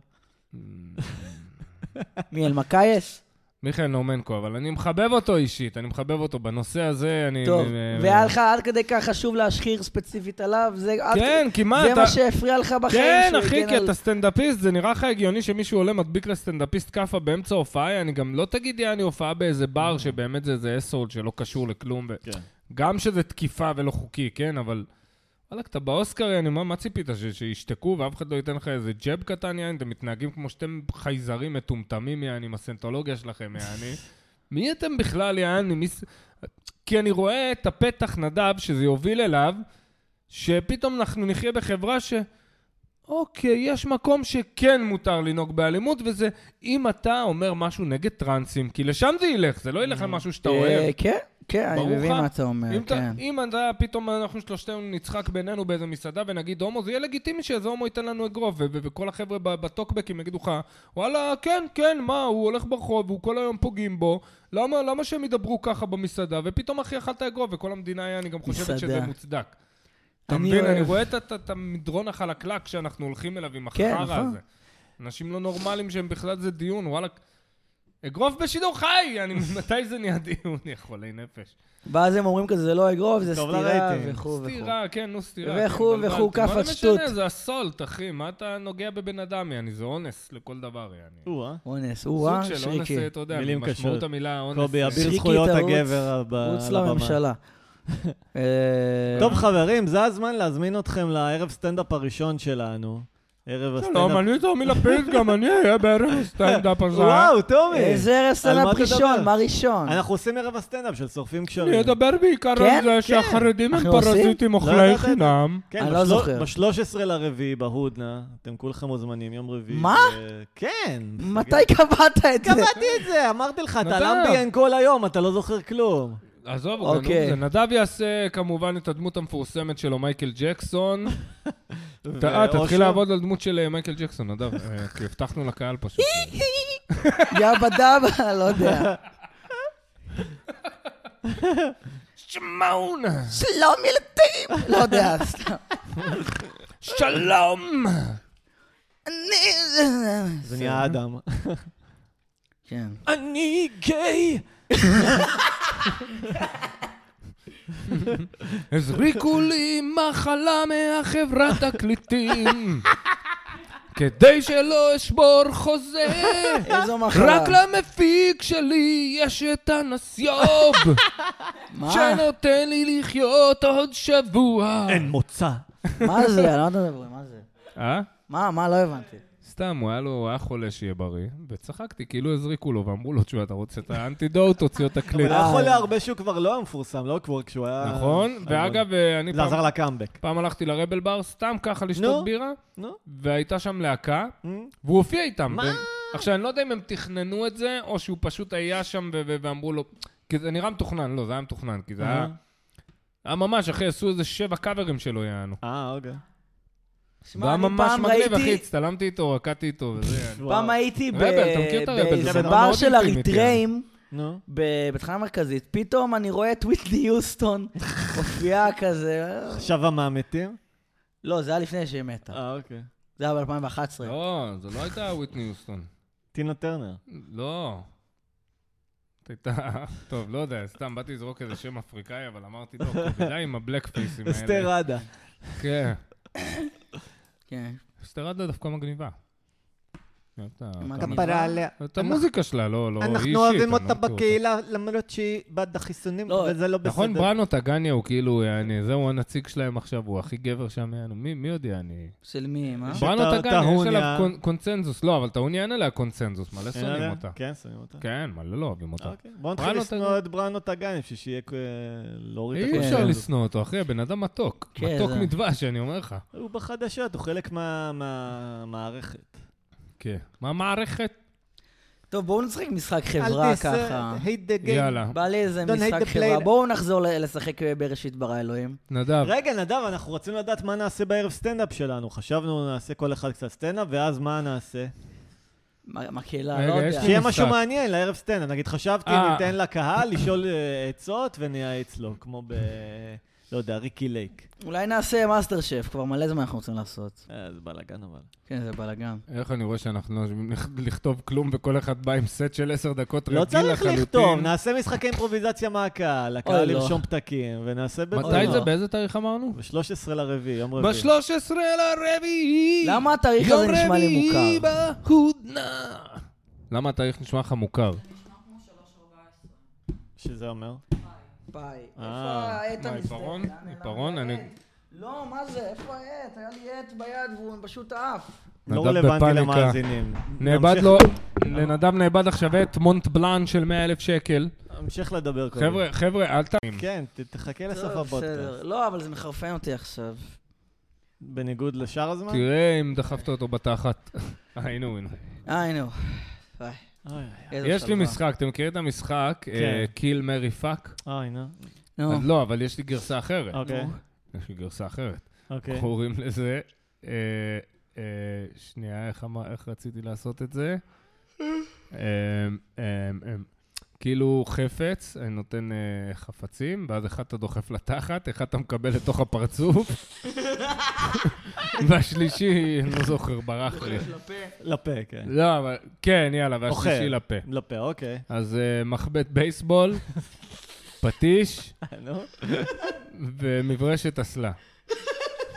Speaker 3: מי, אלמקייס?
Speaker 2: מיכאל נורמנקו, אבל אני מחבב אותו אישית, אני מחבב אותו. בנושא הזה, אני...
Speaker 3: טוב.
Speaker 2: אה,
Speaker 3: והיה לך עד כדי כך חשוב להשחיר ספציפית עליו? זה עד
Speaker 2: כן,
Speaker 3: כדי-
Speaker 2: כמעט.
Speaker 3: זה
Speaker 2: אתה-
Speaker 3: מה שהפריע לך בחיים?
Speaker 2: כן,
Speaker 3: שהוא
Speaker 2: אחי,
Speaker 3: הגן
Speaker 2: כי
Speaker 3: על-
Speaker 2: אתה סטנדאפיסט, זה נראה לך הגיוני שמישהו עולה, מדביק לסטנדאפיסט כאפה באמצע הופעה, יעני גם לא תגיד יעני הופעה באיזה בר,
Speaker 3: אה.
Speaker 2: שבאמת זה איזה אסול שלא קשור לכלום. ו-
Speaker 1: כן.
Speaker 2: גם שזה תקיפה ולא חוקי, כן, אבל... וואלכ, אתה באוסקר, יעני, מה, מה ציפית? ש- שישתקו ואף אחד לא ייתן לך איזה ג'ב קטן, יעני? אתם מתנהגים כמו שאתם חייזרים מטומטמים, יעני, עם הסנטולוגיה שלכם, יעני. מי אתם בכלל, יעני? מי... ס- כי אני רואה את הפתח, נדב, שזה יוביל אליו, שפתאום אנחנו נחיה בחברה ש... אוקיי, יש מקום שכן מותר לנהוג באלימות, וזה אם אתה אומר משהו נגד טרנסים, כי לשם זה ילך, זה לא ילך למשהו שאתה אוהב.
Speaker 3: אה, כן, כן, אני
Speaker 2: ברור
Speaker 3: מבין
Speaker 2: לך?
Speaker 3: מה אתה אומר,
Speaker 2: אם,
Speaker 3: כן.
Speaker 2: אתה, אם אתה, פתאום אנחנו שלושתנו נצחק בינינו באיזה מסעדה ונגיד הומו, זה יהיה לגיטימי שאיזה הומו ייתן לנו אגרוף, ו- ו- וכל החבר'ה ב- בטוקבקים יגידו לך, וואלה, כן, כן, מה, הוא הולך ברחוב, הוא כל היום פוגעים בו, למה, למה שהם ידברו ככה במסעדה, ופתאום אחי אכלת אגרוף, וכל המדינה, היה, אני גם חושבת
Speaker 3: מסעדה.
Speaker 2: שזה מוצדק. אתה
Speaker 3: אני
Speaker 2: מבין,
Speaker 3: אוהב.
Speaker 2: אני רואה את- את את המדרון החלקלק שאנחנו הולכים אליו עם
Speaker 3: כן,
Speaker 2: החרא
Speaker 3: נכון.
Speaker 2: הזה. אנשים לא נורמלים שהם בכלל זה דיון, וואלה. אגרוף בשידור חי! אני, מתי זה נהיה דיון, יא חולי נפש?
Speaker 3: ואז הם אומרים כזה, זה לא אגרוף, זה
Speaker 1: טוב
Speaker 3: סטירה
Speaker 1: לרייטינג.
Speaker 3: וכו' וכו'.
Speaker 2: סטירה, כן, נו, סטירה.
Speaker 3: וכו'
Speaker 2: כן,
Speaker 3: וכו',
Speaker 2: התבלבלתי.
Speaker 3: כאפת
Speaker 2: מה
Speaker 3: שטות.
Speaker 2: זה משנה, זה אסולט, אחי. מה אתה נוגע בבן אדם, יעני? זה אונס לכל דבר, יעני.
Speaker 1: או-אה.
Speaker 3: אונס, אה, או-אה,
Speaker 2: סוג של אונס,
Speaker 3: שריקי.
Speaker 2: אתה יודע,
Speaker 1: מילים קשות.
Speaker 2: משמעות המילה אונס.
Speaker 1: קובי,
Speaker 2: אה,
Speaker 1: אביר
Speaker 3: שריקי,
Speaker 1: זכויות
Speaker 3: תרוץ.
Speaker 1: הגבר ב- על
Speaker 3: רוץ
Speaker 1: הבמה.
Speaker 3: לממשלה. אה,
Speaker 1: טוב, חברים, זה הזמן להזמין אתכם לערב סטנדאפ הראשון שלנו. ערב הסטנדאפ...
Speaker 2: שלום, לא, אני טומי לפיד, גם אני אהיה בערב הסטנדאפ הזה.
Speaker 1: וואו, טומי!
Speaker 3: איזה ערב
Speaker 1: על מה
Speaker 3: סטנדאפ
Speaker 1: אתה מדבר?
Speaker 3: ראשון, מה ראשון?
Speaker 1: אנחנו עושים ערב הסטנדאפ של שורפים קשרים.
Speaker 2: אני לא אדבר בעיקר על
Speaker 3: כן,
Speaker 2: זה
Speaker 3: כן.
Speaker 2: שהחרדים הם
Speaker 3: אנחנו עושים?
Speaker 2: פרזיטים
Speaker 1: לא
Speaker 2: אוכלי
Speaker 1: ידעת את זה.
Speaker 2: חינם.
Speaker 1: כן,
Speaker 3: אני לא זוכר.
Speaker 1: ב-13 לרביעי בהודנה, אתם כולכם מוזמנים, יום רביעי.
Speaker 3: מה?
Speaker 1: ו- כן.
Speaker 3: מתי קבעת את זה?
Speaker 1: קבעתי את זה, אמרתי לך, אתה
Speaker 2: נדב.
Speaker 1: על אמביאן כל היום, אתה לא זוכר כלום.
Speaker 2: עזוב, הוא גנוב
Speaker 3: אוקיי.
Speaker 2: זה. נדב יעשה כמובן את הדמות המפורסמת שלו, מייקל ג'קסון. אתה- אה,
Speaker 1: ואושר-
Speaker 2: תתחיל לעבוד על דמות של אה, מייקל ג'קסון, נדב. אה, כי הבטחנו לקהל פשוט.
Speaker 3: יאבא דאבא, לא יודע.
Speaker 2: שמעון!
Speaker 3: שלום ילדים! לא יודע, סתם.
Speaker 2: שלום!
Speaker 3: אני...
Speaker 1: זה נהיה אדם.
Speaker 3: כן.
Speaker 1: אני גיי!
Speaker 2: הזריקו לי מחלה מהחברת תקליטים כדי שלא אשבור חוזה
Speaker 3: איזו מחלה.
Speaker 2: רק
Speaker 1: לא-
Speaker 2: למפיק שלי יש את הנסיוב
Speaker 3: מה?
Speaker 2: שנותן לי לחיות עוד שבוע
Speaker 1: אין מוצא.
Speaker 3: מה זה? על מה אתה מדבר? מה זה?
Speaker 2: אה?
Speaker 3: מה, מה? לא הבנתי.
Speaker 2: סתם, הוא היה לו, הוא היה חולה שיהיה בריא, וצחקתי, כאילו הזריקו לו, ואמרו לו, תשמע, אתה רוצה את האנטידוט, תוציא את
Speaker 1: אבל לא
Speaker 2: הקליט.
Speaker 3: אה.
Speaker 1: היה חולה הרבה שהוא כבר לא היה מפורסם, לא כבר כשהוא היה...
Speaker 2: נכון? ואגב, אה, אני
Speaker 1: זה
Speaker 2: פעם-
Speaker 1: עזר לקאמבק.
Speaker 2: פעם הלכתי לרבל בר, סתם ככה לשתות
Speaker 1: נו.
Speaker 2: בירה,
Speaker 1: נו.
Speaker 2: והייתה שם להקה,
Speaker 1: מ?
Speaker 2: והוא הופיע איתם.
Speaker 1: מה?
Speaker 2: והם- עכשיו, אני לא יודע אם הם תכננו את זה, או שהוא פשוט היה שם ו- ו- ואמרו לו... כי זה נראה מתוכנן, לא, זה היה מתוכנן, כי זה היה...
Speaker 1: אה.
Speaker 2: היה ממש, אחי, עשו איזה שבע קאברים שלו, יענו.
Speaker 1: אה, אוקיי.
Speaker 2: הוא היה ממש מגניב, אחי, הצטלמתי איתו, רקדתי איתו וזה. אני-
Speaker 1: וואו.
Speaker 3: פעם הייתי ב-
Speaker 2: רבל, אתה מכיר את הרבל?
Speaker 3: באיזה
Speaker 2: זה
Speaker 3: בר
Speaker 2: מאוד
Speaker 3: של
Speaker 2: אינטימי,
Speaker 3: אריתראים.
Speaker 1: נו.
Speaker 3: ב- בתחנה המרכזית, פתאום אני רואה את וויטני יוסטון, מופיעה כזה.
Speaker 1: שבה מהמתים?
Speaker 3: לא, זה היה לפני שהיא מתה.
Speaker 1: אה, אוקיי.
Speaker 3: זה היה ב-2011.
Speaker 2: לא, זו לא הייתה וויטני יוסטון.
Speaker 1: טינה טרנר.
Speaker 2: לא. זאת הייתה... טוב, לא יודע, סתם באתי לזרוק איזה שם אפריקאי, אבל אמרתי, טוב, די עם הבלק פייסים האלה.
Speaker 1: אסתר עדה.
Speaker 2: כן.
Speaker 3: כן.
Speaker 2: אסתרדה דווקא מגניבה. את ה-
Speaker 3: מה
Speaker 2: את ה-
Speaker 3: מגניבה? כפרה
Speaker 1: עליה.
Speaker 2: את המוזיקה שלה, לא, לא, היא אישית.
Speaker 1: אנחנו אוהבים
Speaker 2: אני
Speaker 1: אותה
Speaker 2: לא מכיר
Speaker 1: בקהילה, למרות שהיא בעד החיסונים,
Speaker 3: לא,
Speaker 1: וזה לא בסדר.
Speaker 2: נכון, בראנו טגניה הוא כאילו, יעני, זהו הנציג שלהם עכשיו, הוא הכי גבר שם, יענו, מי מי יודע, אני...
Speaker 3: של מי, מה?
Speaker 1: יש
Speaker 2: בראנו
Speaker 1: את
Speaker 2: טגניה, יש
Speaker 1: טהוניה.
Speaker 2: עליו קונ- קונצנזוס, לא, אבל טהוניה אין עליה קונצנזוס, מלא
Speaker 1: אין
Speaker 2: שונאים
Speaker 1: עליה?
Speaker 2: אותה.
Speaker 1: כן, שונאים אותה.
Speaker 2: כן, מלא לא אוהבים אותה.
Speaker 1: אוקיי. בואו נתחיל
Speaker 2: בראנו
Speaker 1: לשנוא
Speaker 2: טגניה.
Speaker 1: את בראנו טגני, בשביל שיהיה כ- אה, להוריד את
Speaker 2: אי
Speaker 1: הכל.
Speaker 2: אפשר לשנוא אותו, אחי, בן אדם מתוק.
Speaker 3: כן,
Speaker 2: מתוק
Speaker 3: זה-
Speaker 2: מדבש, אני אומר לך.
Speaker 1: הוא בחדשות, הוא חלק מה- מהמערכת.
Speaker 2: כן. מה המערכת?
Speaker 3: טוב, בואו נשחק משחק
Speaker 1: אל
Speaker 3: חברה
Speaker 1: תעשה-
Speaker 3: ככה.
Speaker 1: hate the game.
Speaker 2: יאללה.
Speaker 3: בא לי איזה
Speaker 1: Don't hate
Speaker 3: משחק
Speaker 1: the
Speaker 3: חברה.
Speaker 1: player.
Speaker 3: בואו נחזור ל- לשחק בראשית ברא אלוהים.
Speaker 2: נדב,
Speaker 1: רגע, נדב, אנחנו רצינו לדעת מה נעשה בערב סטנדאפ שלנו. חשבנו, נעשה כל אחד קצת סטנדאפ, ואז מה נעשה?
Speaker 3: מה מה קהילה,
Speaker 2: רגע,
Speaker 3: לא
Speaker 2: יש
Speaker 3: יודע.
Speaker 2: לי-
Speaker 1: שיהיה
Speaker 2: משחק.
Speaker 1: משהו מעניין לערב סטנדאפ. נגיד, חשבתי,
Speaker 2: אה.
Speaker 1: ניתן לקהל לשאול אה, עצות ונייעץ לו, כמו ב... לא יודע, ריקי לייק.
Speaker 3: אולי נעשה מאסטר שף, כבר מלא זמן אנחנו רוצים לעשות.
Speaker 1: אה, זה בלאגן אבל.
Speaker 3: כן, זה בלאגן.
Speaker 2: איך אני רואה שאנחנו לא יושבים לכ- לכתוב כלום וכל אחד בא עם סט של עשר דקות רגיל
Speaker 1: לא
Speaker 2: לחלוטין?
Speaker 1: צריך לכתוב, נעשה משחקי אימפרוביזציה מהקהל, הקהל
Speaker 3: אוי, לא.
Speaker 1: ירשום פתקים, ונעשה ב...
Speaker 2: מתי זה?
Speaker 3: לא.
Speaker 2: באיזה תאריך אמרנו?
Speaker 1: ב-13 לרביעי, יום
Speaker 2: אוקיי.
Speaker 1: רביעי.
Speaker 2: ב-13 לרביעי!
Speaker 3: למה התאריך הזה נשמע לי
Speaker 2: יום רביעי
Speaker 3: מוכר?
Speaker 2: בהודנה! למה התאריך נשמע לך מוכר?
Speaker 1: שזה אומר?
Speaker 3: ביי. איפה
Speaker 1: אה,
Speaker 3: העט
Speaker 2: מה,
Speaker 3: המסתכל?
Speaker 2: עיפרון?
Speaker 3: לאן נעלם
Speaker 2: עיפרון?
Speaker 3: העט?
Speaker 2: אני-
Speaker 3: לא, מה זה? איפה העט? היה לי עט ביד והוא פשוט עף.
Speaker 1: לא
Speaker 2: נדב
Speaker 1: רלוונטי
Speaker 2: בפאניקה.
Speaker 1: למאזינים.
Speaker 2: נאבד
Speaker 1: נמשיך-
Speaker 2: לו, לנדב נאבד עכשיו את מונט בלאן של 100 אלף שקל.
Speaker 1: נמשיך לדבר קודם.
Speaker 2: חבר'ה, חבר'ה, אל תעים.
Speaker 1: כן, ת- תחכה לסוף
Speaker 3: טוב,
Speaker 1: הפודקאסט.
Speaker 3: בסדר. לא, אבל זה מחרפן אותי עכשיו.
Speaker 1: בניגוד לשאר הזמן?
Speaker 2: תראה אם דחפת אותו בתחת. היינו, היינו.
Speaker 3: אה, הנה הוא. ביי.
Speaker 1: אוי, אוי,
Speaker 3: איזו
Speaker 2: יש לי
Speaker 3: שלווה.
Speaker 2: משחק, אתם מכירים את המשחק? אה,
Speaker 1: כן.
Speaker 2: קיל מרי פאק?
Speaker 1: אוי, נו.
Speaker 3: נו.
Speaker 2: לא, אבל יש לי גרסה אחרת.
Speaker 1: אוקיי,
Speaker 3: נו.
Speaker 2: יש לי גרסה אחרת.
Speaker 1: אוקיי.
Speaker 2: קוראים לזה, אה, אה, שנייה, איך אמר- איך רציתי לעשות את זה? אמ, אמ, אמ, כאילו חפץ, אני נותן אה, חפצים, ואז אחד אתה דוחף לתחת, אחד אתה מקבל לתוך הפרצוף, והשלישי, אני לא זוכר, ברח לי.
Speaker 1: לפה, כן.
Speaker 2: לא, אבל, כן, יאללה,
Speaker 1: אוכל.
Speaker 2: והשלישי לפה.
Speaker 1: לפה, אוקיי.
Speaker 2: אז אה, מחבט בייסבול, פטיש
Speaker 1: נו.
Speaker 2: ומברשת אסלה.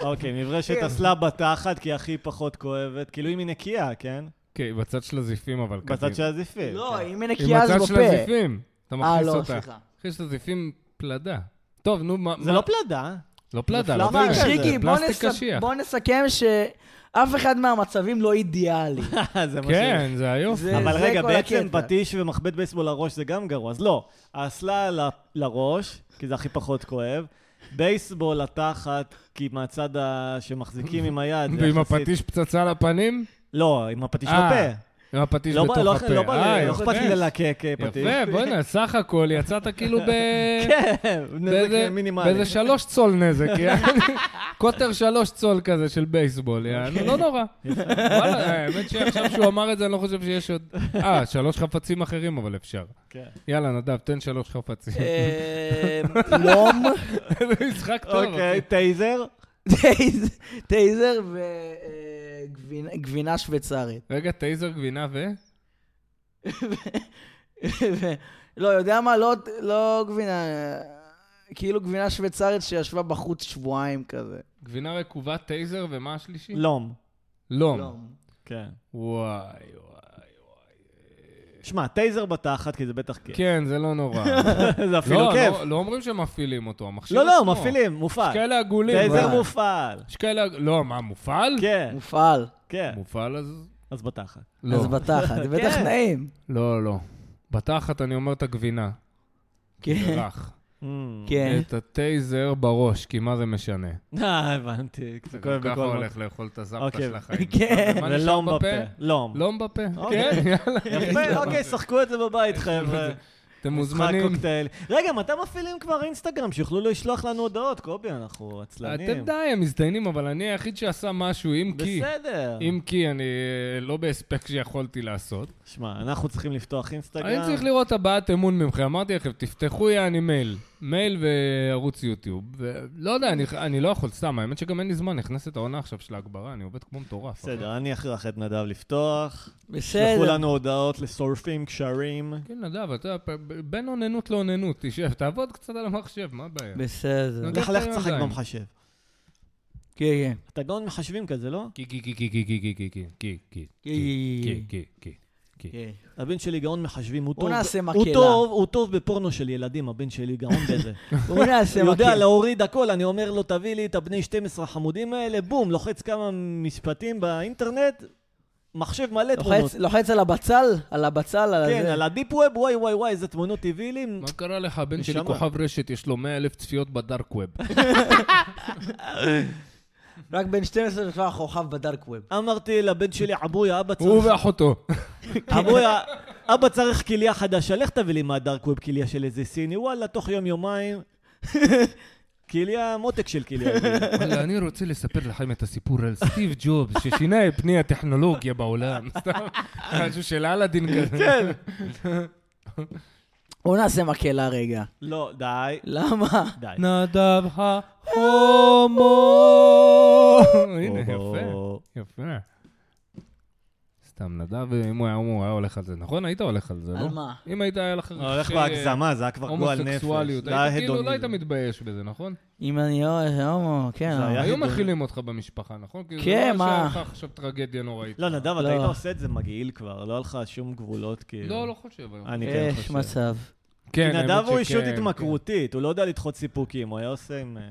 Speaker 1: אוקיי, מברשת
Speaker 3: כן.
Speaker 1: אסלה בתחת, כי היא הכי פחות כואבת. כאילו היא מנקייה, כן?
Speaker 2: כן, בצד של הזיפים, אבל
Speaker 1: בצד של הזיפים.
Speaker 3: לא,
Speaker 1: כן.
Speaker 3: אם
Speaker 2: עם
Speaker 3: מנקייה אז
Speaker 2: הצד של
Speaker 3: בפה.
Speaker 2: הזיפים. אתה
Speaker 3: אה,
Speaker 2: מכניס
Speaker 3: לא,
Speaker 2: אותה.
Speaker 3: סליחה.
Speaker 2: מכניס את הזיפים פלדה. טוב, נו, מה...
Speaker 1: זה
Speaker 2: מה-
Speaker 1: לא פלדה.
Speaker 2: לא פלדה,
Speaker 1: זה
Speaker 2: לא
Speaker 1: פלדה.
Speaker 3: אבל
Speaker 1: זה
Speaker 2: פלדה.
Speaker 3: שריקי, בוא
Speaker 2: פלסטיק
Speaker 3: נס-
Speaker 2: קשיח.
Speaker 3: בוא נסכם שאף אחד מהמצבים לא אידיאלי.
Speaker 1: זה מה ש...
Speaker 2: כן, זה היופי.
Speaker 3: זה-
Speaker 1: אבל רגע,
Speaker 3: כל
Speaker 1: בעצם
Speaker 3: הקטע.
Speaker 1: פטיש ומחבט בייסבול לראש זה גם גרוע. אז לא, האסלה ל- לראש, כי זה הכי פחות כואב. בייסבול לתחת, כי מהצד ה- שמחזיקים עם היד. זה
Speaker 2: ועם
Speaker 1: יחסית-
Speaker 2: הפטיש פצצה לפנים?
Speaker 1: לא, עם הפטיש
Speaker 2: אה,
Speaker 1: בפה.
Speaker 2: עם הפטיש
Speaker 1: לא
Speaker 2: בתוך
Speaker 1: בא-
Speaker 2: הפה.
Speaker 1: לא- לא בא
Speaker 2: אה,
Speaker 1: לי- לא
Speaker 2: יפה.
Speaker 1: אכפת לי ללקק אה, פטיש.
Speaker 2: יפה, בוא'נה, סך הכל יצאת כאילו ב...
Speaker 1: כן,
Speaker 2: באיזה-
Speaker 1: נזק מינימלי.
Speaker 2: באיזה שלוש צול נזק, יעני. קוטר שלוש צול כזה של בייסבול, יעני, לא נורא. וואלה, האמת שעכשיו שהוא אמר את זה, אני לא חושב שיש עוד... אה, שלוש חפצים אחרים, אבל אפשר.
Speaker 1: כן.
Speaker 2: יאללה, נדב, תן שלוש חפצים.
Speaker 3: אה, לום,
Speaker 2: זה משחק טוב.
Speaker 1: אוקיי, טייזר?
Speaker 3: טייז- טייזר וגבינה שוויצרית.
Speaker 2: רגע, טייזר גבינה ו...
Speaker 3: ו- לא, יודע מה? לא- לא גבינה... כאילו גבינה שוויצרית שישבה בחוץ שבועיים כזה.
Speaker 2: גבינה רקובה, טייזר, ומה השלישי?
Speaker 1: לום.
Speaker 2: לום.
Speaker 3: לום.
Speaker 1: כן.
Speaker 2: וואי, וואי.
Speaker 1: שמע, טייזר בתחת, כי זה בטח כיף.
Speaker 2: כן, זה לא נורא.
Speaker 1: זה אפילו
Speaker 2: לא,
Speaker 1: כיף.
Speaker 2: לא- לא אומרים שמפעילים אותו, המכשיר
Speaker 1: לא,
Speaker 2: עצמו.
Speaker 1: לא, מפעילים,
Speaker 2: יש
Speaker 1: מופעל.
Speaker 2: כאלה עגולים.
Speaker 1: טייזר
Speaker 2: אבל-
Speaker 3: וואי.
Speaker 1: מופעל.
Speaker 2: יש כאלה... לא, מה, אה. מופעל?
Speaker 1: כן,
Speaker 3: מופעל.
Speaker 1: כן.
Speaker 2: מופעל אז...
Speaker 1: אז בתחת.
Speaker 2: לא.
Speaker 3: אז בתחת, זה בטח
Speaker 1: כן.
Speaker 3: נעים.
Speaker 2: לא, לא. בתחת אני אומר את הגבינה. זה רך.
Speaker 1: Mm.
Speaker 3: כן.
Speaker 2: את הטייזר בראש, כי מה זה משנה?
Speaker 1: אה, הבנתי, זה כואב
Speaker 2: ככה
Speaker 1: בכל
Speaker 2: הולך לאכול את הזפטה
Speaker 1: אוקיי.
Speaker 2: של החיים.
Speaker 3: כן.
Speaker 2: מה נשאר
Speaker 1: ולום בפה. לום.
Speaker 2: לא. לום בפה.
Speaker 1: אוקיי.
Speaker 2: כן, יאללה.
Speaker 1: יפה, אוקיי, שחקו את זה בבית, חבר'ה.
Speaker 2: אתם
Speaker 1: משחק
Speaker 2: מוזמנים.
Speaker 1: קוקטייל. רגע, מתי מפעילים כבר אינסטגרם? שיוכלו לשלוח לנו הודעות, קובי, אנחנו עצלנים.
Speaker 2: אתם די, הם מזדיינים, אבל אני היחיד שעשה משהו, אם כי.
Speaker 1: בסדר.
Speaker 2: אם כי אני אה, לא בהספק שיכולתי לעשות.
Speaker 1: שמע, אנחנו צריכים לפתוח
Speaker 2: אני
Speaker 1: אינסטגרם.
Speaker 2: צריך לראות הבעת אמון ממכם. אמרתי לכם, תפתחו יעני מייל. מייל וערוץ יוטיוב. ולא יודע, אני, אני לא יכול סתם, האמת שגם אין לי זמן, נכנסת העונה עכשיו של ההגברה, אני עובד כמו מטורף. אחי.
Speaker 1: בסדר, אני אכריח את נדב לפתוח. שלחו
Speaker 3: בסדר.
Speaker 1: לנו הודעות לשורפים, קשרים.
Speaker 2: כן, נדב, אתה יודע, פ- בין אוננות לאוננות, תשב, תעבוד קצת על המחשב, מה הבעיה?
Speaker 3: בסדר.
Speaker 2: נו,
Speaker 1: לך לך
Speaker 2: יותר
Speaker 1: תשחק
Speaker 2: ידיים.
Speaker 1: במחשב.
Speaker 3: כן, כן.
Speaker 1: אתה גאון מחשבים כזה, לא?
Speaker 2: קי, קי, קי, קי, קי, קי, קי, קי, קי, קי, קי, קי, קי, קי.
Speaker 3: כן.
Speaker 1: הבן שלי גאון מחשבים, הוא
Speaker 3: בוא
Speaker 1: טוב.
Speaker 3: נעשה
Speaker 1: הוא
Speaker 3: מקהלה.
Speaker 1: טוב, הוא טוב בפורנו של ילדים, הבן שלי גאון בזה.
Speaker 3: בואו נעשה
Speaker 1: הוא יודע
Speaker 3: מקל.
Speaker 1: להוריד הכל, אני אומר לו, תביא לי את הבני 12 החמודים האלה, בום, לוחץ כמה משפטים באינטרנט, מחשב מלא תמונות.
Speaker 3: לוחץ- לוחץ על הבצל, על הבצל, על
Speaker 1: כן,
Speaker 3: זה.
Speaker 1: על הדיפ ווב, וואי וואי וואי, איזה תמונות הביא לי.
Speaker 2: מה קרה לך? הבן שלי
Speaker 1: נשמה.
Speaker 2: כוכב רשת, יש לו 100 אלף צפיות בדארק ווב.
Speaker 3: רק בין 12 וכבר חוכב בדארק ווב.
Speaker 1: אמרתי לבן שלי, אבויה, אבא
Speaker 2: הוא
Speaker 1: צריך...
Speaker 2: ואחותו.
Speaker 1: אבויה, אבא צריך כליה חדשה, לך תביא לי מהדארק ווב כליה של איזה סיני, וואלה, תוך יום-יומיים. כליה, מותק של כליה.
Speaker 2: וואלה, אני רוצה לספר לכם את הסיפור על סטיב ג'ובס, ששינה את פני הטכנולוגיה בעולם. סתם, משהו של אלאדין כזה. כן.
Speaker 3: בואו נעשה מקהלה רגע.
Speaker 1: לא, די,
Speaker 3: למה?
Speaker 1: די.
Speaker 2: נדב ההומו. הנה, יפה,
Speaker 1: או,
Speaker 2: יפה. סתם, נדב, אם הוא היה הומו, היה הולך על זה. נכון? היית הולך על זה, לא?
Speaker 3: על מה?
Speaker 2: אם היית, היה לך...
Speaker 1: לא, הולך
Speaker 2: רגשי,
Speaker 1: בהגזמה, זה היה כבר גועל נפש.
Speaker 2: אה, הומוסקסואליות.
Speaker 1: זה היה
Speaker 2: היית- כאילו, לא
Speaker 1: הדוניזם.
Speaker 2: היית מתבייש בזה, נכון?
Speaker 3: אם אני אוהב, הומו, כן.
Speaker 1: זה היה-
Speaker 2: היו
Speaker 1: הדוניזם.
Speaker 2: מכילים אותך במשפחה, נכון? כאילו,
Speaker 3: כן,
Speaker 2: לא שהיה
Speaker 3: מה?
Speaker 2: לך עכשיו טרגדיה נוראית.
Speaker 1: לא, נדב,
Speaker 3: לא.
Speaker 1: אתה היית עושה את זה מגעיל כבר, לא היה לך שום גבולות, כאילו.
Speaker 2: לא, לא חושב. אני
Speaker 1: אני כן
Speaker 3: יש
Speaker 1: חושב.
Speaker 3: מצב.
Speaker 1: כי
Speaker 2: כן,
Speaker 1: נדב
Speaker 2: האמת
Speaker 1: הוא
Speaker 2: שכן,
Speaker 1: אישות
Speaker 2: כן.
Speaker 1: התמכרותית, הוא לא יודע לדחות סיפוקים, הוא היה עושה עם... אה,